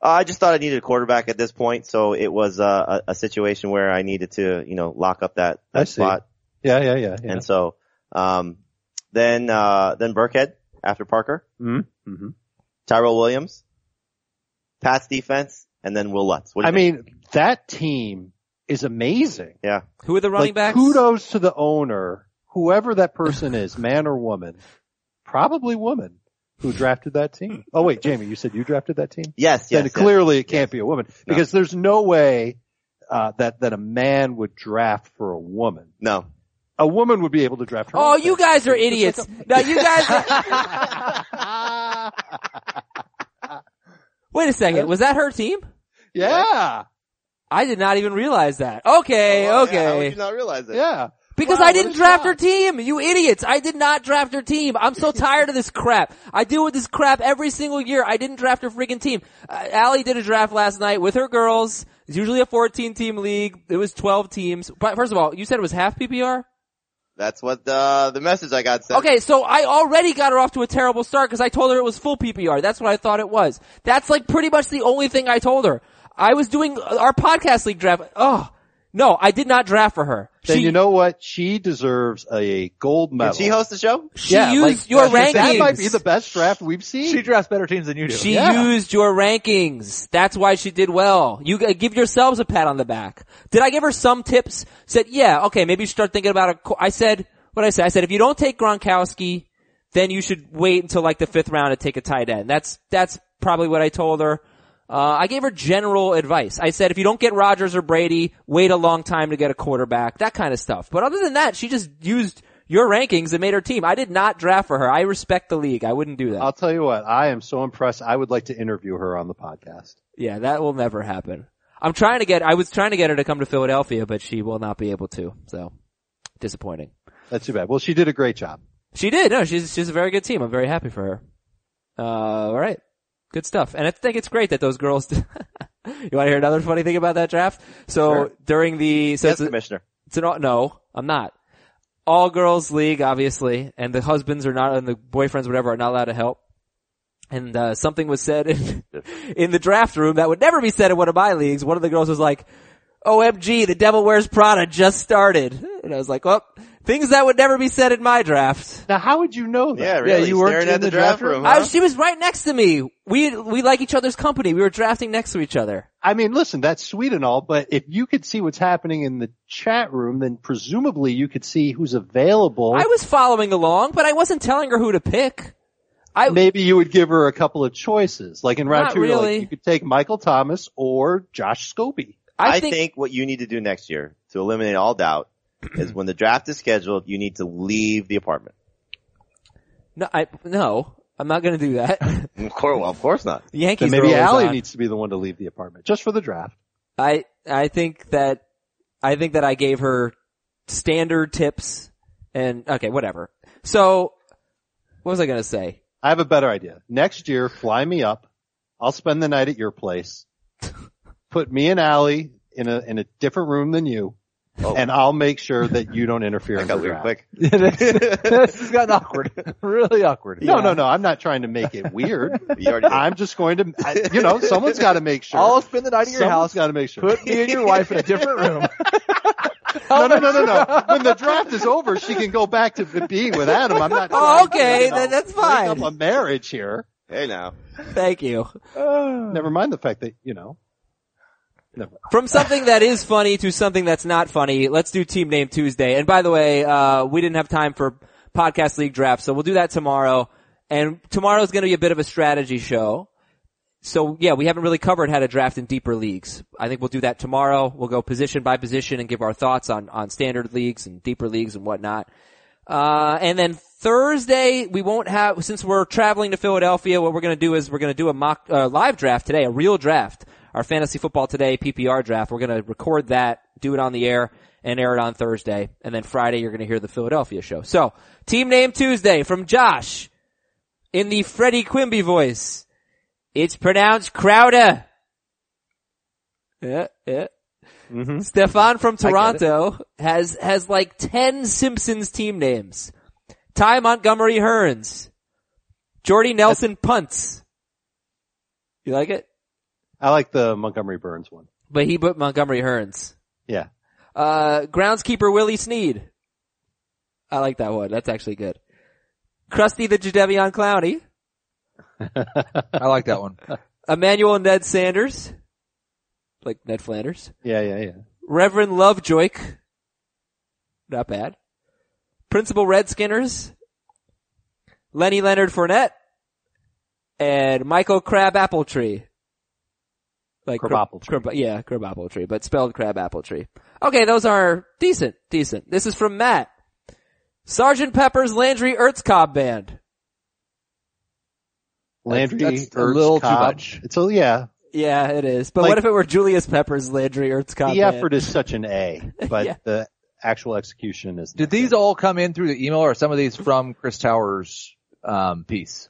[SPEAKER 4] Uh, I just thought I needed a quarterback at this point, so it was uh, a, a situation where I needed to, you know, lock up that,
[SPEAKER 3] I
[SPEAKER 4] that
[SPEAKER 3] see.
[SPEAKER 4] spot.
[SPEAKER 3] Yeah, yeah, yeah. yeah.
[SPEAKER 4] And so, um, then, uh, then Burkhead after Parker,
[SPEAKER 3] hmm
[SPEAKER 4] Tyrell Williams, Pat's defense, and then Will Lutz. What do you
[SPEAKER 3] I
[SPEAKER 4] think?
[SPEAKER 3] mean, that team is amazing.
[SPEAKER 2] Who are the running
[SPEAKER 3] like,
[SPEAKER 2] backs?
[SPEAKER 3] Kudos to the owner, whoever that person is, [LAUGHS] man or woman, probably woman, who drafted that team. Oh wait, Jamie, you said you drafted that team?
[SPEAKER 4] yes, yes,
[SPEAKER 3] then
[SPEAKER 4] yes.
[SPEAKER 3] clearly it can't be a woman because there's no way uh, that that a man would draft for a woman.
[SPEAKER 4] No.
[SPEAKER 3] A woman would be able to draft her.
[SPEAKER 2] Oh,
[SPEAKER 3] own
[SPEAKER 2] you
[SPEAKER 3] thing.
[SPEAKER 2] guys
[SPEAKER 3] [LAUGHS]
[SPEAKER 2] are idiots. [LAUGHS] Now you guys. Wait a second. Was that her team?
[SPEAKER 3] yeah,
[SPEAKER 2] I did not even realize that.
[SPEAKER 3] Oh,
[SPEAKER 2] Okay,
[SPEAKER 4] Oh, How would
[SPEAKER 2] okay.
[SPEAKER 4] you not realize it?
[SPEAKER 3] yeah.
[SPEAKER 2] because
[SPEAKER 3] Wow,
[SPEAKER 2] I
[SPEAKER 3] what
[SPEAKER 2] didn't
[SPEAKER 3] a
[SPEAKER 2] draft
[SPEAKER 3] shock.
[SPEAKER 2] her team. You idiots. I did not draft her team. I'm so tired of this crap. I deal with this crap every single year. I didn't draft her freaking team. Uh, Allie did a draft last night with her girls. It's usually a 14 team league. It was 12 teams. But first of all, you said it was half PPR?
[SPEAKER 4] That's what uh, the, the message I got sent.
[SPEAKER 2] Okay, so I already got her off to a terrible start because I told her it was full PPR. That's what I thought it was. uh, That's like pretty much the only thing I told her. I was doing our podcast league draft. Oh, No, I did not draft for her.
[SPEAKER 3] Then
[SPEAKER 2] She-
[SPEAKER 3] you know what? She deserves a gold medal.
[SPEAKER 4] Did she host the show?
[SPEAKER 2] she
[SPEAKER 3] Yeah, like,
[SPEAKER 2] used your rankings.
[SPEAKER 3] That might be the best draft we've seen.
[SPEAKER 5] She drafts better teams than you do.
[SPEAKER 2] She
[SPEAKER 3] Yeah.
[SPEAKER 2] used your rankings. That's why she did well. You g- give yourselves a pat on the back. Did I give her some tips? Said, yeah, okay, maybe you should start thinking about a, co- I said, what I said, I said, if you don't take Gronkowski, then you should wait until like the fifth round to take a tight end. That's, that's probably what I told her. Uh, I gave her general advice. I said, if you don't get Rodgers or Brady, wait a long time to get a quarterback, that kind of stuff. But other than that, she just used your rankings and made her team. I did not draft for her. I respect the league. I wouldn't do that.
[SPEAKER 3] I'll tell you what, I am so impressed. I would like to interview her on the podcast.
[SPEAKER 2] Yeah, that will never happen. I'm trying to get, I was trying to get her to come to Philadelphia, but she will not be able to. So, disappointing.
[SPEAKER 3] That's too bad. Well, she did a great job.
[SPEAKER 2] She did. No, she's, she's a very good team. I'm very happy for her. Uh, alright. Good stuff. And I think it's great that those girls, [LAUGHS] you want to hear another funny thing about that draft? So
[SPEAKER 4] Sure.
[SPEAKER 2] during the, so
[SPEAKER 4] Yes,
[SPEAKER 2] it's a-
[SPEAKER 4] Commissioner.
[SPEAKER 2] it's an all, no, I'm not. All girls league, obviously, and the husbands are not, and the boyfriends, whatever, are not allowed to help. And, uh, something was said in, [LAUGHS] in the draft room that would never be said in one of my leagues. One of the girls was like, OMG, the devil wears Prada just started. And I was like, well, things that would never be said in my draft.
[SPEAKER 3] Now, how would you know that?
[SPEAKER 4] Yeah, really.
[SPEAKER 5] you weren't
[SPEAKER 4] staring
[SPEAKER 5] in
[SPEAKER 4] at the,
[SPEAKER 5] the
[SPEAKER 4] draft
[SPEAKER 5] draft room.
[SPEAKER 4] room.
[SPEAKER 2] I,
[SPEAKER 4] huh?
[SPEAKER 2] she was right next to me. We, we like each other's company. We were drafting next to each other.
[SPEAKER 3] I mean, listen, that's sweet and all, but if you could see what's happening in the chat room, then presumably you could see who's available.
[SPEAKER 2] I was following along, but I wasn't telling her who to pick. I,
[SPEAKER 3] Maybe you would give her a couple of choices. Like in round
[SPEAKER 2] Not
[SPEAKER 3] two, you're like,
[SPEAKER 2] really.
[SPEAKER 3] you could take Michael Thomas or Josh Scobie.
[SPEAKER 4] I,
[SPEAKER 2] I
[SPEAKER 4] think,
[SPEAKER 2] think
[SPEAKER 4] what you need to do next year to eliminate all doubt is when the draft is scheduled, you need to leave the apartment.
[SPEAKER 2] No, I no, I'm not going to do that. [LAUGHS]
[SPEAKER 4] Of course, well, of course not.
[SPEAKER 2] The Yankees.
[SPEAKER 3] Then maybe
[SPEAKER 2] are always
[SPEAKER 3] Allie
[SPEAKER 2] on.
[SPEAKER 3] needs to be the one to leave the apartment just for the draft.
[SPEAKER 2] I I think that I think that I gave her standard tips and okay, whatever. So what was I going to say?
[SPEAKER 3] I have a better idea. Next year, fly me up. I'll spend the night at your
[SPEAKER 2] [LAUGHS]
[SPEAKER 3] place. Put me and Allie in a in a different room than you,
[SPEAKER 4] Oh.
[SPEAKER 3] and I'll make sure that you don't
[SPEAKER 4] [LAUGHS]
[SPEAKER 3] interfere
[SPEAKER 4] That
[SPEAKER 3] in the
[SPEAKER 4] got weird
[SPEAKER 3] draft.
[SPEAKER 4] quick.
[SPEAKER 5] [LAUGHS] this has gotten awkward. [LAUGHS] really awkward.
[SPEAKER 3] No,
[SPEAKER 2] Yeah.
[SPEAKER 3] no, no. I'm not trying to make it
[SPEAKER 2] [LAUGHS]
[SPEAKER 3] weird.
[SPEAKER 4] You already
[SPEAKER 3] [LAUGHS]
[SPEAKER 4] did.
[SPEAKER 3] I'm just going to, I, you know, someone's got to make sure.
[SPEAKER 5] I'll spend the night at your house.
[SPEAKER 3] got to make sure.
[SPEAKER 5] Put me and your wife in a [LAUGHS] different room. Oh,
[SPEAKER 3] No, no, no, no,
[SPEAKER 2] [LAUGHS]
[SPEAKER 3] no. When the draft is over, she can go back to being with Adam. I'm not. trying
[SPEAKER 2] Oh,
[SPEAKER 3] to,
[SPEAKER 2] okay,
[SPEAKER 3] you know,
[SPEAKER 2] then that's
[SPEAKER 3] bring
[SPEAKER 2] fine.
[SPEAKER 3] Up a marriage here.
[SPEAKER 4] Hey now.
[SPEAKER 2] Thank you.
[SPEAKER 5] [LAUGHS]
[SPEAKER 3] Never mind the fact that you know.
[SPEAKER 2] From something that is funny to something that's not funny, let's do Team Name Tuesday. And by the way, uh, we didn't have time for Podcast League draft, so we'll do that tomorrow. And tomorrow's going to be a bit of a strategy show. So yeah, we haven't really covered how to draft in deeper leagues. I think we'll do that tomorrow. We'll go position by position and give our thoughts on, on standard leagues and deeper leagues and whatnot. Uh, and then Thursday, we won't have, since we're traveling to Philadelphia, what we're gonna do is we're gonna do a mock, uh, live draft today, a real draft. Our fantasy football today PPR draft. We're gonna record that, do it on the air, and air it on Thursday. And then Friday, you're gonna hear the Philadelphia show. So, team name Tuesday from Josh. In the Freddie Quimby voice. It's pronounced Crowder. Yeah, yeah. Stefan from Toronto has has like ten Simpsons team names. Ty Montgomery Hearns, Jordy Nelson punts. You like it?
[SPEAKER 3] I like the Montgomery Burns one.
[SPEAKER 2] But he put Montgomery Hearns.
[SPEAKER 3] Yeah.
[SPEAKER 2] Uh, groundskeeper Willie Sneed. I like that one. That's actually good. Krusty the Jadevion Clowney,
[SPEAKER 5] I like that one.
[SPEAKER 2] Emmanuel Ned Sanders, like Ned Flanders.
[SPEAKER 3] Yeah, yeah, yeah.
[SPEAKER 2] Reverend Lovejoik. Not bad. Principal Redskinners. Lenny Leonard Fournette. And Michael Crab Appletree. Like crab-
[SPEAKER 3] Crabappletree.
[SPEAKER 2] crab- yeah, Crab Appletree, but spelled Crab Appletree. Okay, those are decent, decent. This is from Matt. Sergeant Pepper's Landry Ertz Cobb Band.
[SPEAKER 3] Landry
[SPEAKER 5] That's- that's a
[SPEAKER 3] Ertz,
[SPEAKER 5] little too
[SPEAKER 3] Cobb.
[SPEAKER 5] much.
[SPEAKER 3] It's a, yeah.
[SPEAKER 2] Yeah, it is. But
[SPEAKER 3] Like-
[SPEAKER 2] what if it were Julius Pepper's Landry Ertz Cobb
[SPEAKER 3] the
[SPEAKER 2] Band?
[SPEAKER 3] effort is such an A, but
[SPEAKER 2] Yeah.
[SPEAKER 3] the actual execution is.
[SPEAKER 5] Did these all come in through the email or are some of these from Chris Towers, um, piece?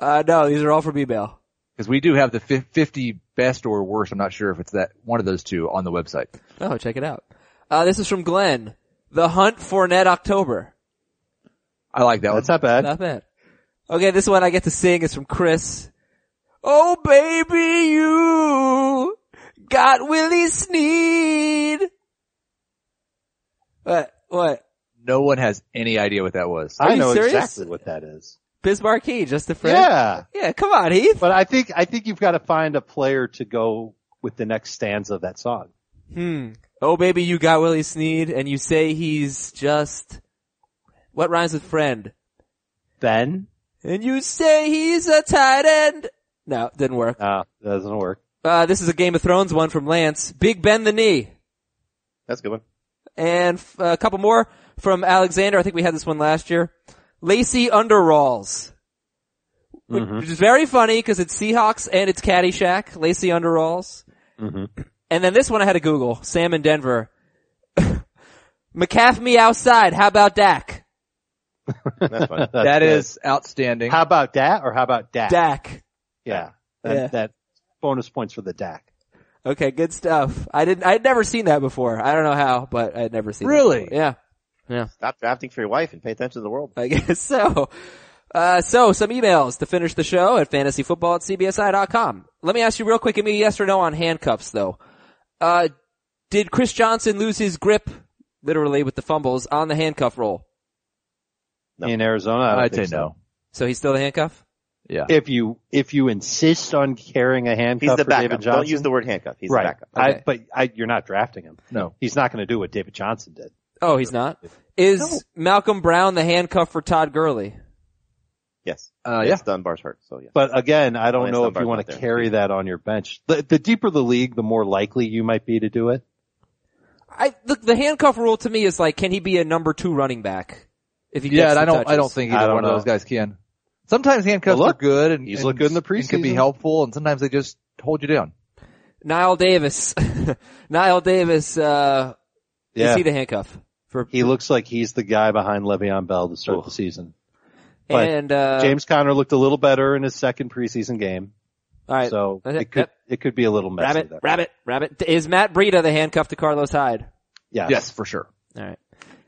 [SPEAKER 2] uh, no, these are all from email.
[SPEAKER 5] Cause we do have the fif- 50 best or worst. I'm not sure if it's that one of those two on the website.
[SPEAKER 2] Oh, check it out. Uh, this is from Glenn. The Hunt for Ned October.
[SPEAKER 5] I like that
[SPEAKER 3] That's
[SPEAKER 5] one.
[SPEAKER 3] not bad.
[SPEAKER 2] Not bad. Okay, this one I get to sing is from Chris. Oh baby, you got Willie Sneed. What? What?
[SPEAKER 5] No one has any idea what that was.
[SPEAKER 2] Are
[SPEAKER 3] I
[SPEAKER 2] you
[SPEAKER 3] know
[SPEAKER 2] serious?
[SPEAKER 3] exactly what that is.
[SPEAKER 2] Bismarcky, just a friend?
[SPEAKER 3] Yeah.
[SPEAKER 2] Yeah, come on, Heath.
[SPEAKER 3] But I think, I think you've got to find a player to go with the next stanza of that song.
[SPEAKER 2] Hmm. Oh, baby, you got Willie Sneed, and you say he's just... What rhymes with friend?
[SPEAKER 3] Ben?
[SPEAKER 2] And you say he's a tight end. No, didn't work.
[SPEAKER 3] Uh, that doesn't work.
[SPEAKER 2] Uh, this is a Game of Thrones one from Lance. Big Ben the Knee.
[SPEAKER 4] That's a good one.
[SPEAKER 2] And f- a couple more from Alexander. I think we had this one last year. Lacey Underalls. Which which is very funny because it's Seahawks and it's Caddyshack. Lacey Underalls. And then this one I had to Google. Sam in Denver. [LAUGHS] McCaff me outside. How about Dak?
[SPEAKER 4] That's fun.
[SPEAKER 5] [LAUGHS]
[SPEAKER 3] That's
[SPEAKER 5] that
[SPEAKER 3] good.
[SPEAKER 5] is outstanding.
[SPEAKER 3] How about that or how about that?
[SPEAKER 2] Dak.
[SPEAKER 3] Yeah.
[SPEAKER 2] Yeah.
[SPEAKER 3] That, that bonus points for the DAC.
[SPEAKER 2] Okay, good stuff. I didn't, I'd never seen that before. I don't know how, but I'd never seen that
[SPEAKER 5] Really?
[SPEAKER 2] before. Yeah.
[SPEAKER 4] Stop drafting for your wife and pay attention to the world.
[SPEAKER 2] [LAUGHS] I guess so. Uh, so some emails to finish the show at fantasyfootball at cbsi.com. Let me ask you real quick, give me a yes or no on handcuffs though. Uh, did Chris Johnson lose his grip, literally with the fumbles, on the handcuff roll?
[SPEAKER 4] No.
[SPEAKER 3] In Arizona, I don't
[SPEAKER 5] I'd say
[SPEAKER 3] think so.
[SPEAKER 5] no.
[SPEAKER 2] So he's still the handcuff?
[SPEAKER 5] Yeah.
[SPEAKER 3] If you, if you insist on carrying a handcuff
[SPEAKER 4] He's the
[SPEAKER 3] for David
[SPEAKER 4] backup.
[SPEAKER 3] Johnson.
[SPEAKER 4] Don't use the word handcuff. He's
[SPEAKER 3] right.
[SPEAKER 4] the backup.
[SPEAKER 2] Okay.
[SPEAKER 3] I, but I, you're not drafting him.
[SPEAKER 5] no.
[SPEAKER 3] He's not going to do what David Johnson did.
[SPEAKER 2] Oh, he's not? Is Malcolm Brown the handcuff for Todd Gurley?
[SPEAKER 4] Yes.
[SPEAKER 5] Uh,
[SPEAKER 4] Yes,
[SPEAKER 5] yeah.
[SPEAKER 4] Dunbar's hurt. So yeah.
[SPEAKER 3] But again, I don't
[SPEAKER 4] Lance
[SPEAKER 3] know if
[SPEAKER 4] Dunbar's
[SPEAKER 3] you want
[SPEAKER 4] not
[SPEAKER 3] to
[SPEAKER 4] there.
[SPEAKER 3] carry that on your bench. The, the deeper the league, the more likely you might be to do it.
[SPEAKER 2] I, look, the handcuff rule to me is like, can he be a number two running back? If he
[SPEAKER 5] Yeah,
[SPEAKER 2] gets
[SPEAKER 5] and
[SPEAKER 2] the
[SPEAKER 5] I don't. I
[SPEAKER 2] touches?
[SPEAKER 5] don't think either
[SPEAKER 3] I don't
[SPEAKER 5] one of
[SPEAKER 3] know.
[SPEAKER 5] those guys can. Sometimes handcuffs
[SPEAKER 3] Well,
[SPEAKER 5] are
[SPEAKER 3] look,
[SPEAKER 5] good, and
[SPEAKER 3] he's
[SPEAKER 5] and-
[SPEAKER 3] looked good in the
[SPEAKER 5] and Can be
[SPEAKER 3] preseason.
[SPEAKER 5] helpful, and sometimes they just hold you down.
[SPEAKER 2] Niall Davis. [LAUGHS] Niall Davis, uh,
[SPEAKER 3] Yeah.
[SPEAKER 2] is he the handcuff? For,
[SPEAKER 3] He looks like he's the guy behind Le'Veon Bell to start the season. but
[SPEAKER 2] and, uh,
[SPEAKER 3] James Conner looked a little better in his second preseason game,
[SPEAKER 2] all right.
[SPEAKER 3] so
[SPEAKER 2] Okay,
[SPEAKER 3] it could
[SPEAKER 2] yep.
[SPEAKER 3] it could be a little messy
[SPEAKER 2] Rabbit,
[SPEAKER 3] there.
[SPEAKER 2] rabbit, rabbit. Is Matt Breida the handcuff to Carlos Hyde?
[SPEAKER 3] Yes.
[SPEAKER 5] Yes, for sure,
[SPEAKER 2] All right.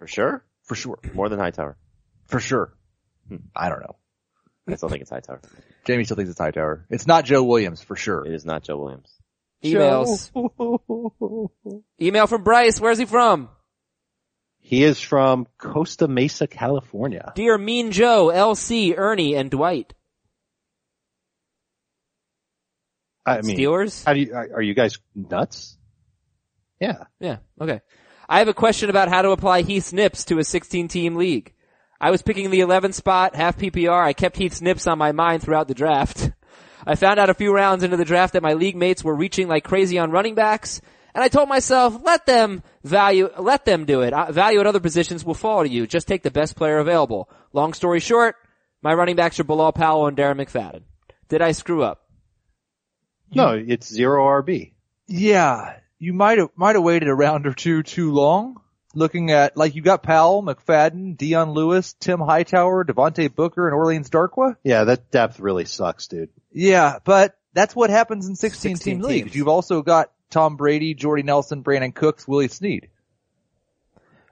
[SPEAKER 4] For sure.
[SPEAKER 5] for sure,
[SPEAKER 4] More than Hightower.
[SPEAKER 5] for sure.
[SPEAKER 3] Hmm.
[SPEAKER 5] I don't know.
[SPEAKER 4] I still think it's Hightower.
[SPEAKER 5] Jamie still thinks it's Hightower. It's not Joe Williams for sure.
[SPEAKER 4] It is not Joe Williams.
[SPEAKER 2] Emails. Email from Bryce. Where's he from?
[SPEAKER 3] He is from Costa Mesa, California.
[SPEAKER 2] Dear Mean Joe, LC, Ernie, and Dwight.
[SPEAKER 3] I mean,
[SPEAKER 2] Steelers?
[SPEAKER 3] how do you, are are you guys nuts? Yeah.
[SPEAKER 2] Yeah. Okay. I have a question about how to apply Heath's nips to a 16 team league. I was picking the 11 spot, half PPR. I kept Heath's nips on my mind throughout the draft. I found out a few rounds into the draft that my league mates were reaching like crazy on running backs, and I told myself, let them value, let them do it. Uh, Value at other positions will fall to you. Just take the best player available. Long story short, my running backs are Bilal Powell and Darren McFadden. Did I screw up?
[SPEAKER 3] No, it's zero RB.
[SPEAKER 5] Yeah, you might have might have waited a round or two too long. Looking at like you got Powell, McFadden, Dion Lewis, Tim Hightower, Devontae Booker, and Orleans Darkwa.
[SPEAKER 3] Yeah, that depth really sucks, dude.
[SPEAKER 5] Yeah, but that's what happens in 16,
[SPEAKER 2] 16
[SPEAKER 5] team
[SPEAKER 2] teams.
[SPEAKER 5] leagues. You've also got Tom Brady, Jordy Nelson, Brandon Cooks, Willie Snead.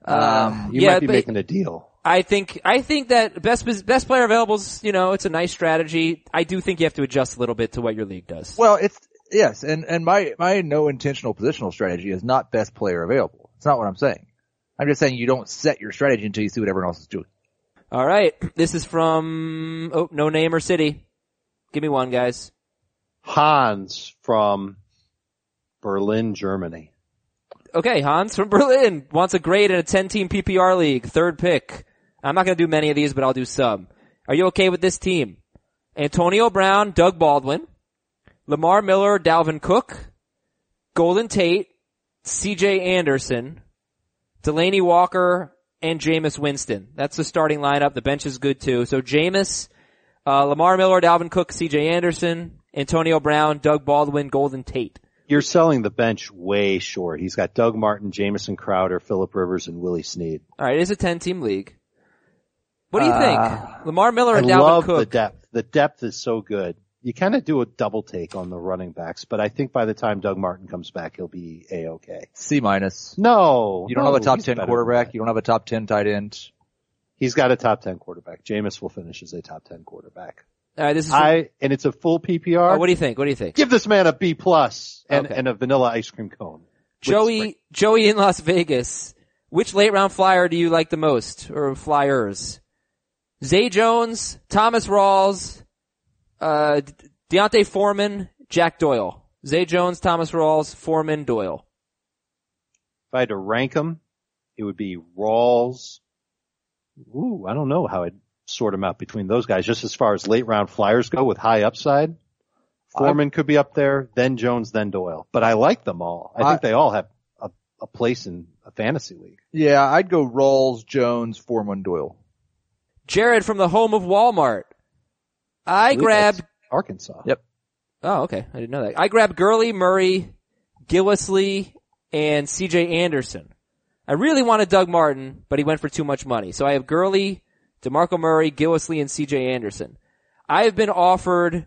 [SPEAKER 2] Um,
[SPEAKER 3] You might be making a deal.
[SPEAKER 2] I think I think that best best player available is you know it's a nice strategy. I do think you have to adjust a little bit to what your league does.
[SPEAKER 5] Well, it's yes, and and my my no intentional positional strategy is not best player available. It's not what I'm saying. I'm just saying you don't set your strategy until you see what everyone else is doing.
[SPEAKER 2] All right, this is from oh no name or city. Give me one, guys.
[SPEAKER 3] Hans from Berlin, Germany.
[SPEAKER 2] Okay, Hans from Berlin wants a grade in a ten team PPR league, third pick. I'm not going to do many of these, but I'll do some. Are you okay with this team? Antonio Brown, Doug Baldwin, Lamar Miller, Dalvin Cook, Golden Tate, CJ Anderson, Delaney Walker, and Jameis Winston. That's the starting lineup. The bench is good too. So Jameis, uh, Lamar Miller, Dalvin Cook, CJ Anderson, Antonio Brown, Doug Baldwin, Golden Tate.
[SPEAKER 3] You're selling the bench way short. He's got Doug Martin, Jamison Crowder, Philip Rivers, and Willie Snead.
[SPEAKER 2] All right, it is a ten-team league. What do you
[SPEAKER 5] Ah.
[SPEAKER 2] think, Lamar Miller
[SPEAKER 3] Uh, I
[SPEAKER 2] and Dalvin
[SPEAKER 3] love
[SPEAKER 2] Cook?
[SPEAKER 3] the depth. The depth is so good. You kind of do a double take on the running backs, but I think by the time Doug Martin comes back, he'll be a okay.
[SPEAKER 5] C minus.
[SPEAKER 3] No,
[SPEAKER 5] You don't
[SPEAKER 3] no,
[SPEAKER 5] have a top
[SPEAKER 3] he's
[SPEAKER 5] ten
[SPEAKER 3] better than
[SPEAKER 5] quarterback.
[SPEAKER 3] that.
[SPEAKER 5] You don't have a top ten tight end.
[SPEAKER 3] He's got a top ten quarterback. Jameis will finish as a top ten quarterback.
[SPEAKER 2] All right, this is.
[SPEAKER 3] I and it's a full PPR.
[SPEAKER 2] oh, what do you think? What do you think?
[SPEAKER 3] Give this man a B plus and,
[SPEAKER 2] Okay.
[SPEAKER 3] and a vanilla ice cream cone.
[SPEAKER 2] Joey, Joey in Las Vegas Which late round flyer do you like the most, or flyers? Zay Jones, Thomas Rawls, uh, De- Deontay Foreman, Jack Doyle. Zay Jones, Thomas Rawls, Foreman, Doyle.
[SPEAKER 3] If I had to rank them, it would be Rawls. Ooh, I don't know how I'd sort them out between those guys. Just as far as late round flyers go with high upside, Foreman could be up there, then Jones, then Doyle. But I like them all. I, think
[SPEAKER 5] I-
[SPEAKER 3] they all have a, a place in a fantasy league.
[SPEAKER 5] Yeah, I'd go Rawls, Jones, Foreman, Doyle.
[SPEAKER 2] Jared from the home of Walmart. I
[SPEAKER 3] believe
[SPEAKER 2] grabbed,
[SPEAKER 3] that's Arkansas.
[SPEAKER 5] Yep.
[SPEAKER 2] oh okay, I didn't know that. I grabbed Gurley, Murray, Gillisley, and CJ Anderson. I really wanted Doug Martin, but he went for too much money. So I have Gurley, DeMarco Murray, Gillisley, and CJ Anderson. I have been offered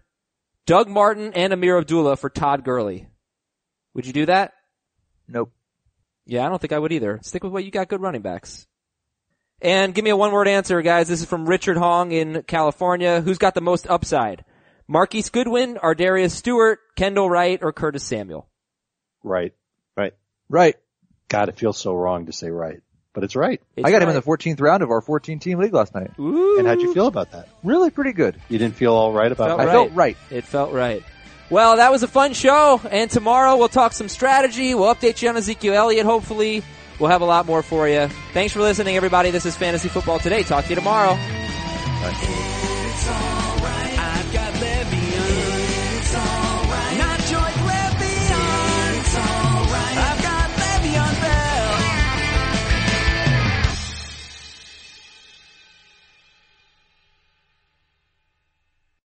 [SPEAKER 2] Doug Martin and Amir Abdullah for Todd Gurley. Would you do that?
[SPEAKER 5] Nope.
[SPEAKER 2] Yeah, I don't think I would either. Stick with what you got good running backs. And give me a one word answer, guys. This is from Richard Hong in California. Who's got the most upside? Marquise Goodwin, Ardarius Stewart, Kendall Wright, or Curtis Samuel?
[SPEAKER 3] Right.
[SPEAKER 5] Right.
[SPEAKER 3] God, it feels so wrong to say right, but it's right.
[SPEAKER 2] It's
[SPEAKER 5] I got him in
[SPEAKER 2] right.
[SPEAKER 5] the 14th round of our 14 team league last night.
[SPEAKER 2] Ooh.
[SPEAKER 3] And how'd you feel about that?
[SPEAKER 5] Really pretty good.
[SPEAKER 3] You didn't feel all right about
[SPEAKER 2] Felt
[SPEAKER 3] that?
[SPEAKER 5] I
[SPEAKER 2] right.
[SPEAKER 5] felt right.
[SPEAKER 2] It felt right. Well, that was a fun show, and tomorrow we'll talk some strategy. We'll update you on Ezekiel Elliott, hopefully. We'll have a lot more for you. Thanks for listening, everybody. This is Fantasy Football Today. Talk to you tomorrow.
[SPEAKER 6] It's all